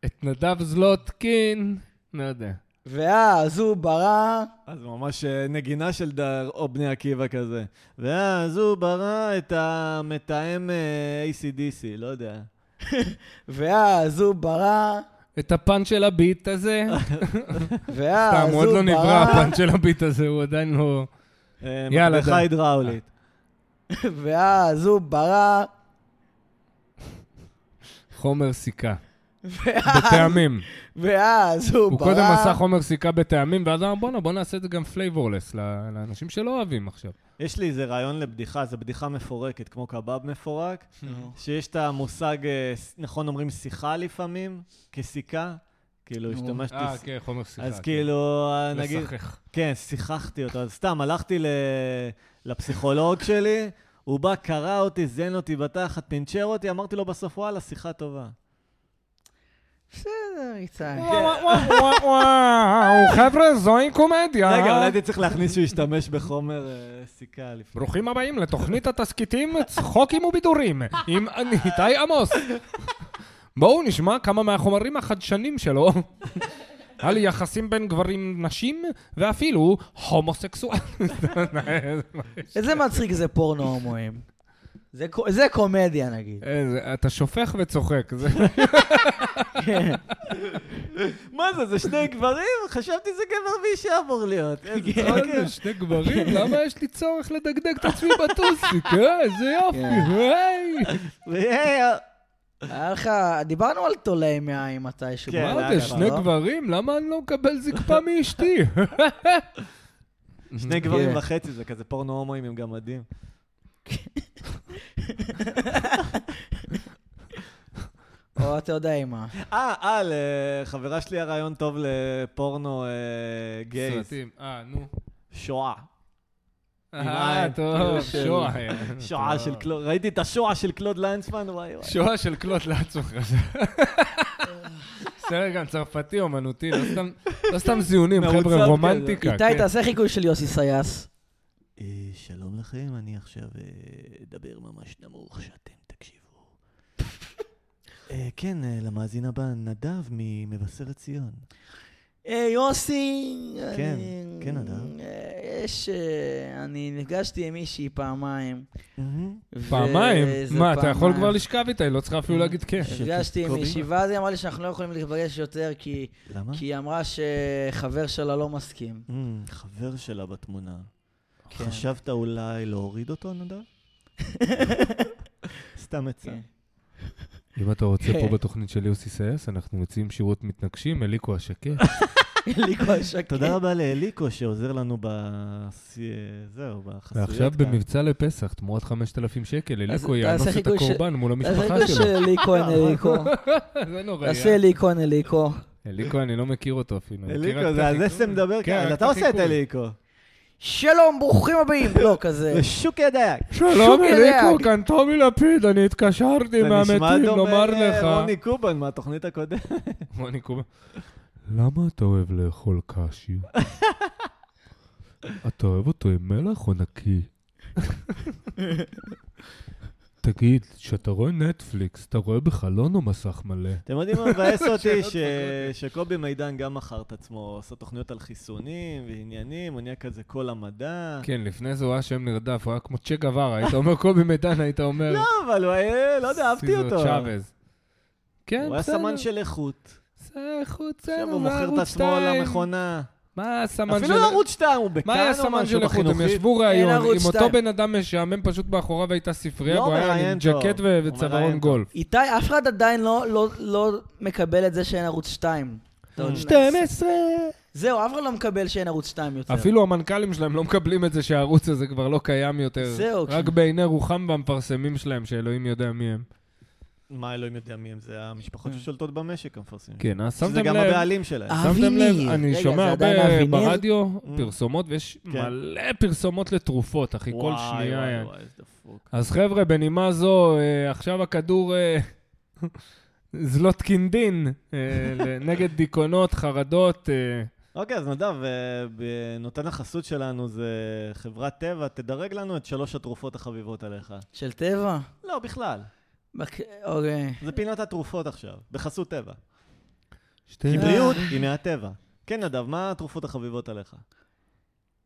Speaker 2: את נדב זלוטקין, לא יודע.
Speaker 3: ואז הוא ברא.
Speaker 1: אז ממש אה, נגינה של דר או בני עקיבא כזה. ואז הוא ברא את המתאם אה, ACDC, לא יודע.
Speaker 3: ואז הוא ברא,
Speaker 2: את הפן של הביט הזה. סתם,
Speaker 3: ואז
Speaker 2: הוא עוד
Speaker 3: הוא
Speaker 2: לא נברא
Speaker 3: ברא,
Speaker 2: הפן של הביט הזה, הוא עדיין לא...
Speaker 1: אה,
Speaker 2: יאללה,
Speaker 1: מרדכי
Speaker 2: די.
Speaker 1: הידראולית.
Speaker 3: ואז הוא ברא,
Speaker 2: חומר סיכה. בטעמים.
Speaker 3: ואז הוא
Speaker 2: הוא
Speaker 3: ברא.
Speaker 2: קודם עשה חומר סיכה בטעמים, ואז אמר, בואנה, בוא נעשה את זה גם פלייבורלס לאנשים שלא אוהבים עכשיו.
Speaker 1: יש לי איזה רעיון לבדיחה, זו בדיחה מפורקת, כמו קבב מפורק, שיש את המושג, אה, ס- נכון אומרים שיחה לפעמים, כסיכה, כאילו
Speaker 3: נו.
Speaker 1: השתמשתי...
Speaker 2: אה,
Speaker 1: ס-
Speaker 2: כן, חומר סיכה.
Speaker 1: אז
Speaker 2: כן.
Speaker 1: כאילו, אה, נגיד,
Speaker 2: לשחק.
Speaker 1: כן, שיחקתי אותו. אז סתם, הלכתי ל... לפסיכולוג שלי, הוא בא, קרא אותי, זיין אותי בתחת, פינצ'ר אותי, אמרתי לו בסוף, וואלה, שיחה טובה.
Speaker 3: בסדר, איתי.
Speaker 2: וואו, וואו, וואו, חבר'ה, זוהי קומדיה.
Speaker 1: רגע, אולי הייתי צריך להכניס שהוא ישתמש בחומר אה, סיכה לפני.
Speaker 2: ברוכים הבאים לתוכנית התסכיתים צחוקים ובידורים עם ניתאי עמוס. בואו נשמע כמה מהחומרים החדשנים שלו על יחסים בין גברים נשים ואפילו הומוסקסואל.
Speaker 3: איזה מצחיק זה פורנו הומואים. זה קו- זה קומדיה נגיד.
Speaker 2: איזה- אתה שופך וצוחק. זה- נכון?
Speaker 3: כן.
Speaker 1: מה זה, זה שני גברים? חשבתי זה גבר ואישה אמור להיות. איזה
Speaker 2: מה
Speaker 1: צחוקים.
Speaker 2: כן, זה, שני גברים? למה יש לי צורך לדגדג את עצמי בטוסיק? אה, איזה יופי,
Speaker 3: כן.
Speaker 2: היי.
Speaker 1: ויהיה-
Speaker 3: היה לך, דיברנו על תולי מעיים מתישהו.
Speaker 1: כן,
Speaker 2: מה
Speaker 1: היה
Speaker 2: זה,
Speaker 1: כבר,
Speaker 2: שני
Speaker 3: לא?
Speaker 2: גברים? למה אני לא מקבל זקפה מאשתי?
Speaker 1: שני גברים
Speaker 3: כן.
Speaker 1: וחצי, זה כזה פורנו הומואים עם גמדים.
Speaker 3: או אתה יודע עם מה.
Speaker 1: אה, אה, לחברה שלי היה רעיון טוב לפורנו אה, גייז.
Speaker 2: סרטים, אה, נו.
Speaker 1: שואה.
Speaker 2: אה,
Speaker 1: עין.
Speaker 2: טוב,
Speaker 1: של-
Speaker 2: שואה.
Speaker 1: שואה
Speaker 2: אה, טוב.
Speaker 1: של קלוד, ראיתי את השואה של קלוד ליינצמן, וואי וואי.
Speaker 2: שואה של קלוט לעצמך. בסדר, גם צרפתי, אומנותי, לא סתם- לא סתם זיונים,
Speaker 1: מעוצב
Speaker 2: חבר'ה,
Speaker 1: כזה.
Speaker 2: רומנטיקה.
Speaker 3: איתי,
Speaker 2: כן.
Speaker 3: תעשה חיקוי של יוסי סייס.
Speaker 1: אה, שלום לכם, אני עכשיו אה, אדבר ממש נמוך שאתם תקשיבו. אה, כן, אה, למאזין הבא, נדב ממבשרת ציון.
Speaker 3: אה, יוסי...
Speaker 1: כן,
Speaker 3: אני-
Speaker 1: כן, אדם.
Speaker 3: אה, יש... אה, אני נפגשתי עם מישהי פעמיים.
Speaker 1: מהמם.
Speaker 3: ו-
Speaker 2: פעמיים?
Speaker 3: אה, זה
Speaker 2: מה, אתה יכול
Speaker 3: פעמיים. אה.
Speaker 2: כבר לשכב איתה, היא לא צריכה אפילו להגיד כן.
Speaker 3: נפגשתי עם
Speaker 1: קובי?
Speaker 3: מישהי, ואז היא אמרה לי שאנחנו לא יכולים להיפגש יותר, כי
Speaker 1: למה?
Speaker 3: כי היא אמרה שחבר שלה לא מסכים.
Speaker 1: אמ, חבר שלה בתמונה.
Speaker 3: כן.
Speaker 1: חשבת אולי להוריד אותו, נדב? סתם עצה.
Speaker 3: כן.
Speaker 2: אם אתה רוצה
Speaker 3: כן.
Speaker 2: פה בתוכנית של יוסי סייס, אנחנו מציעים שירות מתנגשים, אליקו השקט.
Speaker 3: לי כל שקט.
Speaker 1: תודה רבה לאליקו שעוזר לנו ב... אה, זהו, בחסויות.
Speaker 2: ועכשיו
Speaker 1: כאן.
Speaker 2: במבצע לפסח, תמורת 5,000 שקל, אליקו
Speaker 3: אז
Speaker 2: יאנוס
Speaker 3: תעשה
Speaker 2: את
Speaker 3: חיקוי ש-
Speaker 2: הקורבן מול
Speaker 3: אז
Speaker 2: המשפחה
Speaker 3: אני
Speaker 2: שלו.
Speaker 3: של אליקו אין אליקו.
Speaker 2: אה, זה נורא.
Speaker 3: תעשה אליקו אין אליקו.
Speaker 2: אליקו, אני לא מכיר אותו אפילו. אני מכיר רק
Speaker 1: אליקו,
Speaker 2: את
Speaker 1: זה על זה
Speaker 2: החיקוי.
Speaker 1: שמדבר
Speaker 2: כן, רק
Speaker 1: כאן, אתה
Speaker 2: את
Speaker 1: עושה את
Speaker 2: החיקוי.
Speaker 1: אליקו.
Speaker 3: שלום, ברוכים הבאים. לא, כזה.
Speaker 1: לשוק הדייק.
Speaker 2: שלום
Speaker 3: שוקי
Speaker 2: אליקו,
Speaker 3: דג.
Speaker 2: כאן טומי לפיד, אני התקשרתי מהמתים לומר לך.
Speaker 1: לרוני קובן מהתוכנית הקודמת.
Speaker 2: רוני קובה. למה אתה אוהב לאכול קשיו? אתה אוהב אותו עם מלח או נקי? תגיד, כשאתה רואה נטפליקס, אתה רואה בחלון או מסך מלא?
Speaker 1: אתם יודעים מה מבאס אותי?
Speaker 2: שאלות
Speaker 1: ש-
Speaker 2: פקודיות.
Speaker 1: שקובי מידן גם מכר את עצמו, עושה תוכניות על חיסונים ועניינים, הוא נהיה כזה כל המדע.
Speaker 2: כן, לפני זה הוא היה שם נרדף, הוא היה כמו צ'ה גווארה, היית אומר קובי מידן, היית אומר...
Speaker 1: לא, אבל הוא היה, לא יודע, אהבתי
Speaker 2: סיזו
Speaker 1: אותו.
Speaker 2: צ'אבז. כן,
Speaker 1: הוא היה סמן של איכות.
Speaker 2: זה חוץ,
Speaker 1: עכשיו
Speaker 2: הוא
Speaker 1: הוא מוכר את
Speaker 2: בערוץ
Speaker 1: עצמו
Speaker 2: 2.
Speaker 1: למכונה.
Speaker 2: מה הסמן של...
Speaker 1: אפילו לערוץ 2, הוא בכאן
Speaker 2: מה היה
Speaker 1: או
Speaker 2: סמן
Speaker 1: משהו
Speaker 2: של איכות? הם
Speaker 1: בחינוכית.
Speaker 2: ישבו ראיון עם
Speaker 3: ערוץ
Speaker 2: אותו
Speaker 3: שתיים.
Speaker 2: בן אדם משעמם, פשוט מאחוריו הייתה ספרייה,
Speaker 1: לא
Speaker 2: והוא היה עם
Speaker 1: מראיין טוב.
Speaker 2: ג'קט ו-
Speaker 1: הוא
Speaker 2: וצווארון
Speaker 1: מראיין טוב.
Speaker 2: גולף.
Speaker 3: איתי, אף אחד עדיין לא- לא- לא מקבל את זה שאין ערוץ 2. טוב,
Speaker 2: 12!
Speaker 3: זהו, אף אחד לא מקבל שאין ערוץ 2 יותר.
Speaker 2: אפילו המנכ"לים שלהם לא מקבלים את זה שהערוץ הזה כבר לא קיים יותר.
Speaker 3: זהו,
Speaker 2: רק
Speaker 3: כש-
Speaker 2: בעיני רוחם והמפרסמים שלהם, שאלוהים יודע מי הם.
Speaker 1: מה אלוהים יודע מי הם? זה המשפחות ששולטות במשק המפרסמים.
Speaker 2: כן, אז
Speaker 1: שזה
Speaker 2: שמתם
Speaker 1: גם
Speaker 2: לב...
Speaker 1: הבעלים שלהם.
Speaker 3: אה,
Speaker 2: שמתם לב,
Speaker 3: אביניר.
Speaker 2: אני
Speaker 3: רגע,
Speaker 2: שומע
Speaker 3: זה עדיין
Speaker 2: הרבה
Speaker 3: אביניר?
Speaker 2: ברדיו פרסומות, ויש
Speaker 1: Mm. כן.
Speaker 2: מלא פרסומות לתרופות, אחי, כל
Speaker 1: וואי,
Speaker 2: שנייה.
Speaker 1: וואי,
Speaker 2: יעני.
Speaker 1: וואי, איזה דפוק.
Speaker 2: אז חבר'ה, בנימה זו, אה, עכשיו הכדור אה, זלוטקין דין אה, ל- נגד דיכאונות, חרדות. אה,
Speaker 1: אוקיי, אז נדב, אה, ב- נותן החסות שלנו זה חברת טבע, תדרג לנו את שלוש התרופות החביבות עליך.
Speaker 3: של טבע?
Speaker 1: לא, בכלל.
Speaker 3: בק- אוקיי.
Speaker 1: זה פינת התרופות עכשיו, בחסות טבע.
Speaker 2: שתי-
Speaker 1: כי בריאות היא מהטבע. כן, נדב, מה התרופות החביבות עליך?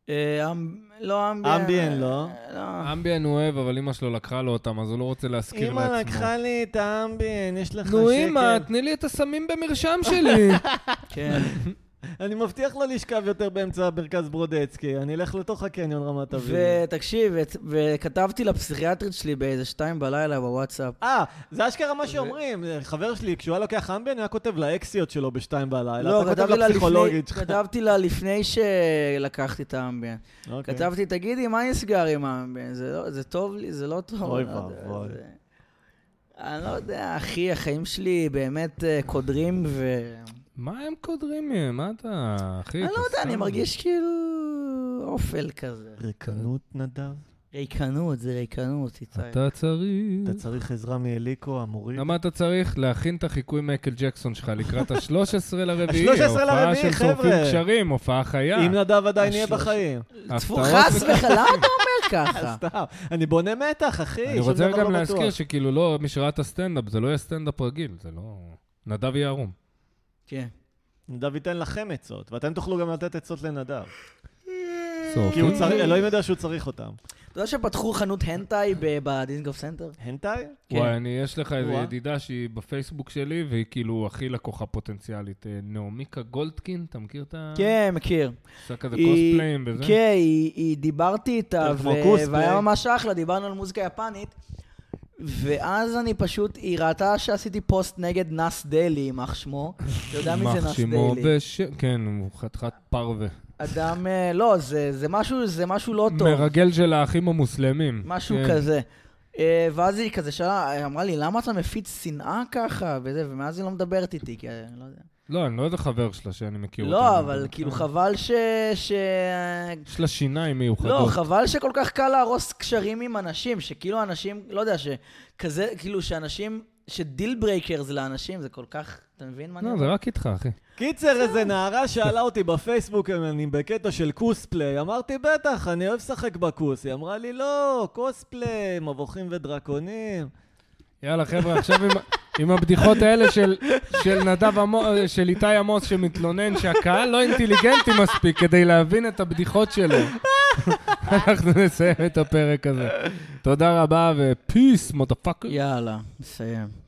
Speaker 3: אה, אמב- לא אמביאן.
Speaker 1: אמביאן, לא.
Speaker 3: לא.
Speaker 2: אמביאן הוא אוהב, אבל אמא שלו לקחה לו אותם, אז הוא לא רוצה להזכיר
Speaker 1: אמא
Speaker 2: לעצמו.
Speaker 1: לקחה לי את האמביאן, יש לך שקל.
Speaker 2: נו, אמא, תני לי את הסמים במרשם שלי.
Speaker 3: כן.
Speaker 1: אני מבטיח לא לשכב יותר באמצע מרכז ברודצקי, אני אלך לתוך הקניון רמת אביב.
Speaker 3: ותקשיב, את- וכתבתי לפסיכיאטרית שלי באיזה שתיים בלילה בוואטסאפ.
Speaker 1: אה, זה אשכרה מה שאומרים. חבר שלי, כשהוא היה לוקח אמביאן, היה כותב לאקסיות שלו בשתיים בלילה.
Speaker 3: לא,
Speaker 1: אה, אתה כותב
Speaker 3: כתבתי לה לפני,
Speaker 1: לפסיכולוגית שלך.
Speaker 3: כתבתי לה לפני שלקחתי את האמביאן.
Speaker 1: אוקיי.
Speaker 3: כתבתי, תגידי, מה נסגר עם האמביאן? זה לא- זה טוב לי, זה לא טוב.
Speaker 1: אוי
Speaker 3: אני לא יודע,
Speaker 1: ואבוי.
Speaker 3: זה- אני לא יודע, אחי, החיים שלי באמת אה, קודרים ו...
Speaker 2: מה הם קודרים מהם? מה אתה, אחי?
Speaker 3: אני לא יודע,
Speaker 2: אתה
Speaker 3: אני
Speaker 2: סתם.
Speaker 3: מרגיש כאילו אופל כזה.
Speaker 1: ריקנות,
Speaker 2: כן.
Speaker 1: נדב?
Speaker 3: ריקנות, זה ריקנות, איתי.
Speaker 2: אתה צריך...
Speaker 1: אתה צריך עזרה מאליקו, המורים?
Speaker 2: למה אתה צריך להכין את החיקוי מייקל ג'קסון שלך לקראת ה-13 לרביעי?
Speaker 1: ה- 13
Speaker 2: הופעה
Speaker 1: לרביעי,
Speaker 2: של שורפים
Speaker 1: חבר'ה.
Speaker 2: קשרים, הופעה חיה.
Speaker 1: אם נדב עדיין יהיה
Speaker 3: השלוש-
Speaker 1: בחיים.
Speaker 2: אה.
Speaker 3: צפו-
Speaker 2: הפתעות
Speaker 3: לא, חס וחלילה, למה אתה אומר ככה?
Speaker 1: סתם, אני בונה מתח, אחי.
Speaker 2: אני
Speaker 1: שום
Speaker 2: רוצה
Speaker 1: דבר לא
Speaker 2: גם
Speaker 1: בטוח.
Speaker 2: להזכיר שכאילו לא, מי שראה את הסטנדאפ, זה לא יהיה סטנדאפ רגיל, זה לא... נדב יהיה ערום.
Speaker 3: כן.
Speaker 1: נדב ייתן לכם עצות, ואתם תוכלו גם לתת עצות לנדב.
Speaker 2: סוף.
Speaker 1: אה, כי הוא צריך, אלוהים יודע שהוא צריך אותם.
Speaker 3: אתה יודע שפתחו חנות הנטאי ב- בדיסקוף סנטר?
Speaker 1: הנטאי?
Speaker 3: כן.
Speaker 2: וואי, אני, יש לך איזו
Speaker 1: וואה.
Speaker 2: ידידה שהיא בפייסבוק שלי, והיא כאילו הכי לקוחה פוטנציאלית. אה, נעמיקה גולדקין, אתה מכיר את ה...
Speaker 3: כן, מכיר.
Speaker 2: עושה כזה
Speaker 3: היא-
Speaker 2: קוספליים וזה.
Speaker 3: כן, היא- היא דיברתי איתה,
Speaker 1: זה כמו
Speaker 3: ו-
Speaker 1: קוספליי.
Speaker 3: והיה ממש אחלה, דיברנו על מוזיקה יפנית. ואז אני פשוט, היא ראתה שעשיתי פוסט נגד נס דלי, יימח שמו. אתה יודע מי זה
Speaker 2: יימח
Speaker 3: נס
Speaker 2: שמו
Speaker 3: דלי.
Speaker 2: בש... כן, הוא חתיכת פרווה.
Speaker 3: אדם, אה, לא, זה זה משהו זה משהו לא טוב.
Speaker 2: מרגל של האחים המוסלמים.
Speaker 3: משהו
Speaker 2: כן.
Speaker 3: כזה. אה, ואז היא כזה שאלה, היא אמרה לי, למה אתה מפיץ שנאה ככה? וזה, ומאז היא לא מדברת איתי, כי אני לא יודע.
Speaker 2: לא, אני לא איזה חבר שלה שאני מכיר אותו.
Speaker 3: לא, אבל כאילו
Speaker 2: אה.
Speaker 3: חבל ש... ש...
Speaker 2: יש לה שיניים מיוחדות.
Speaker 3: לא, חבל שכל כך קל להרוס קשרים עם אנשים, שכאילו אנשים, לא יודע, שכזה, כאילו שאנשים, שדיל ברייקרס לאנשים, זה כל כך, אתה מבין מה אני
Speaker 2: לא,
Speaker 3: אומר?
Speaker 2: זה רק איתך, אחי.
Speaker 1: קיצר, איזה נערה שאלה אותי בפייסבוק אם אני בקטע של קוספליי. אמרתי, בטח, אני אוהב לשחק בקוס. היא אמרה לי, לא, קוספליי, מבוכים ודרקונים.
Speaker 2: יאללה, חבר'ה, עכשיו עם- עם הבדיחות האלה של- של נדב עמוס, של איתי עמוס שמתלונן שהקהל לא אינטליגנטי מספיק כדי להבין את הבדיחות שלו. אנחנו נסיים את הפרק הזה. תודה רבה ופיס, מוטה פאקר.
Speaker 3: יאללה, נסיים.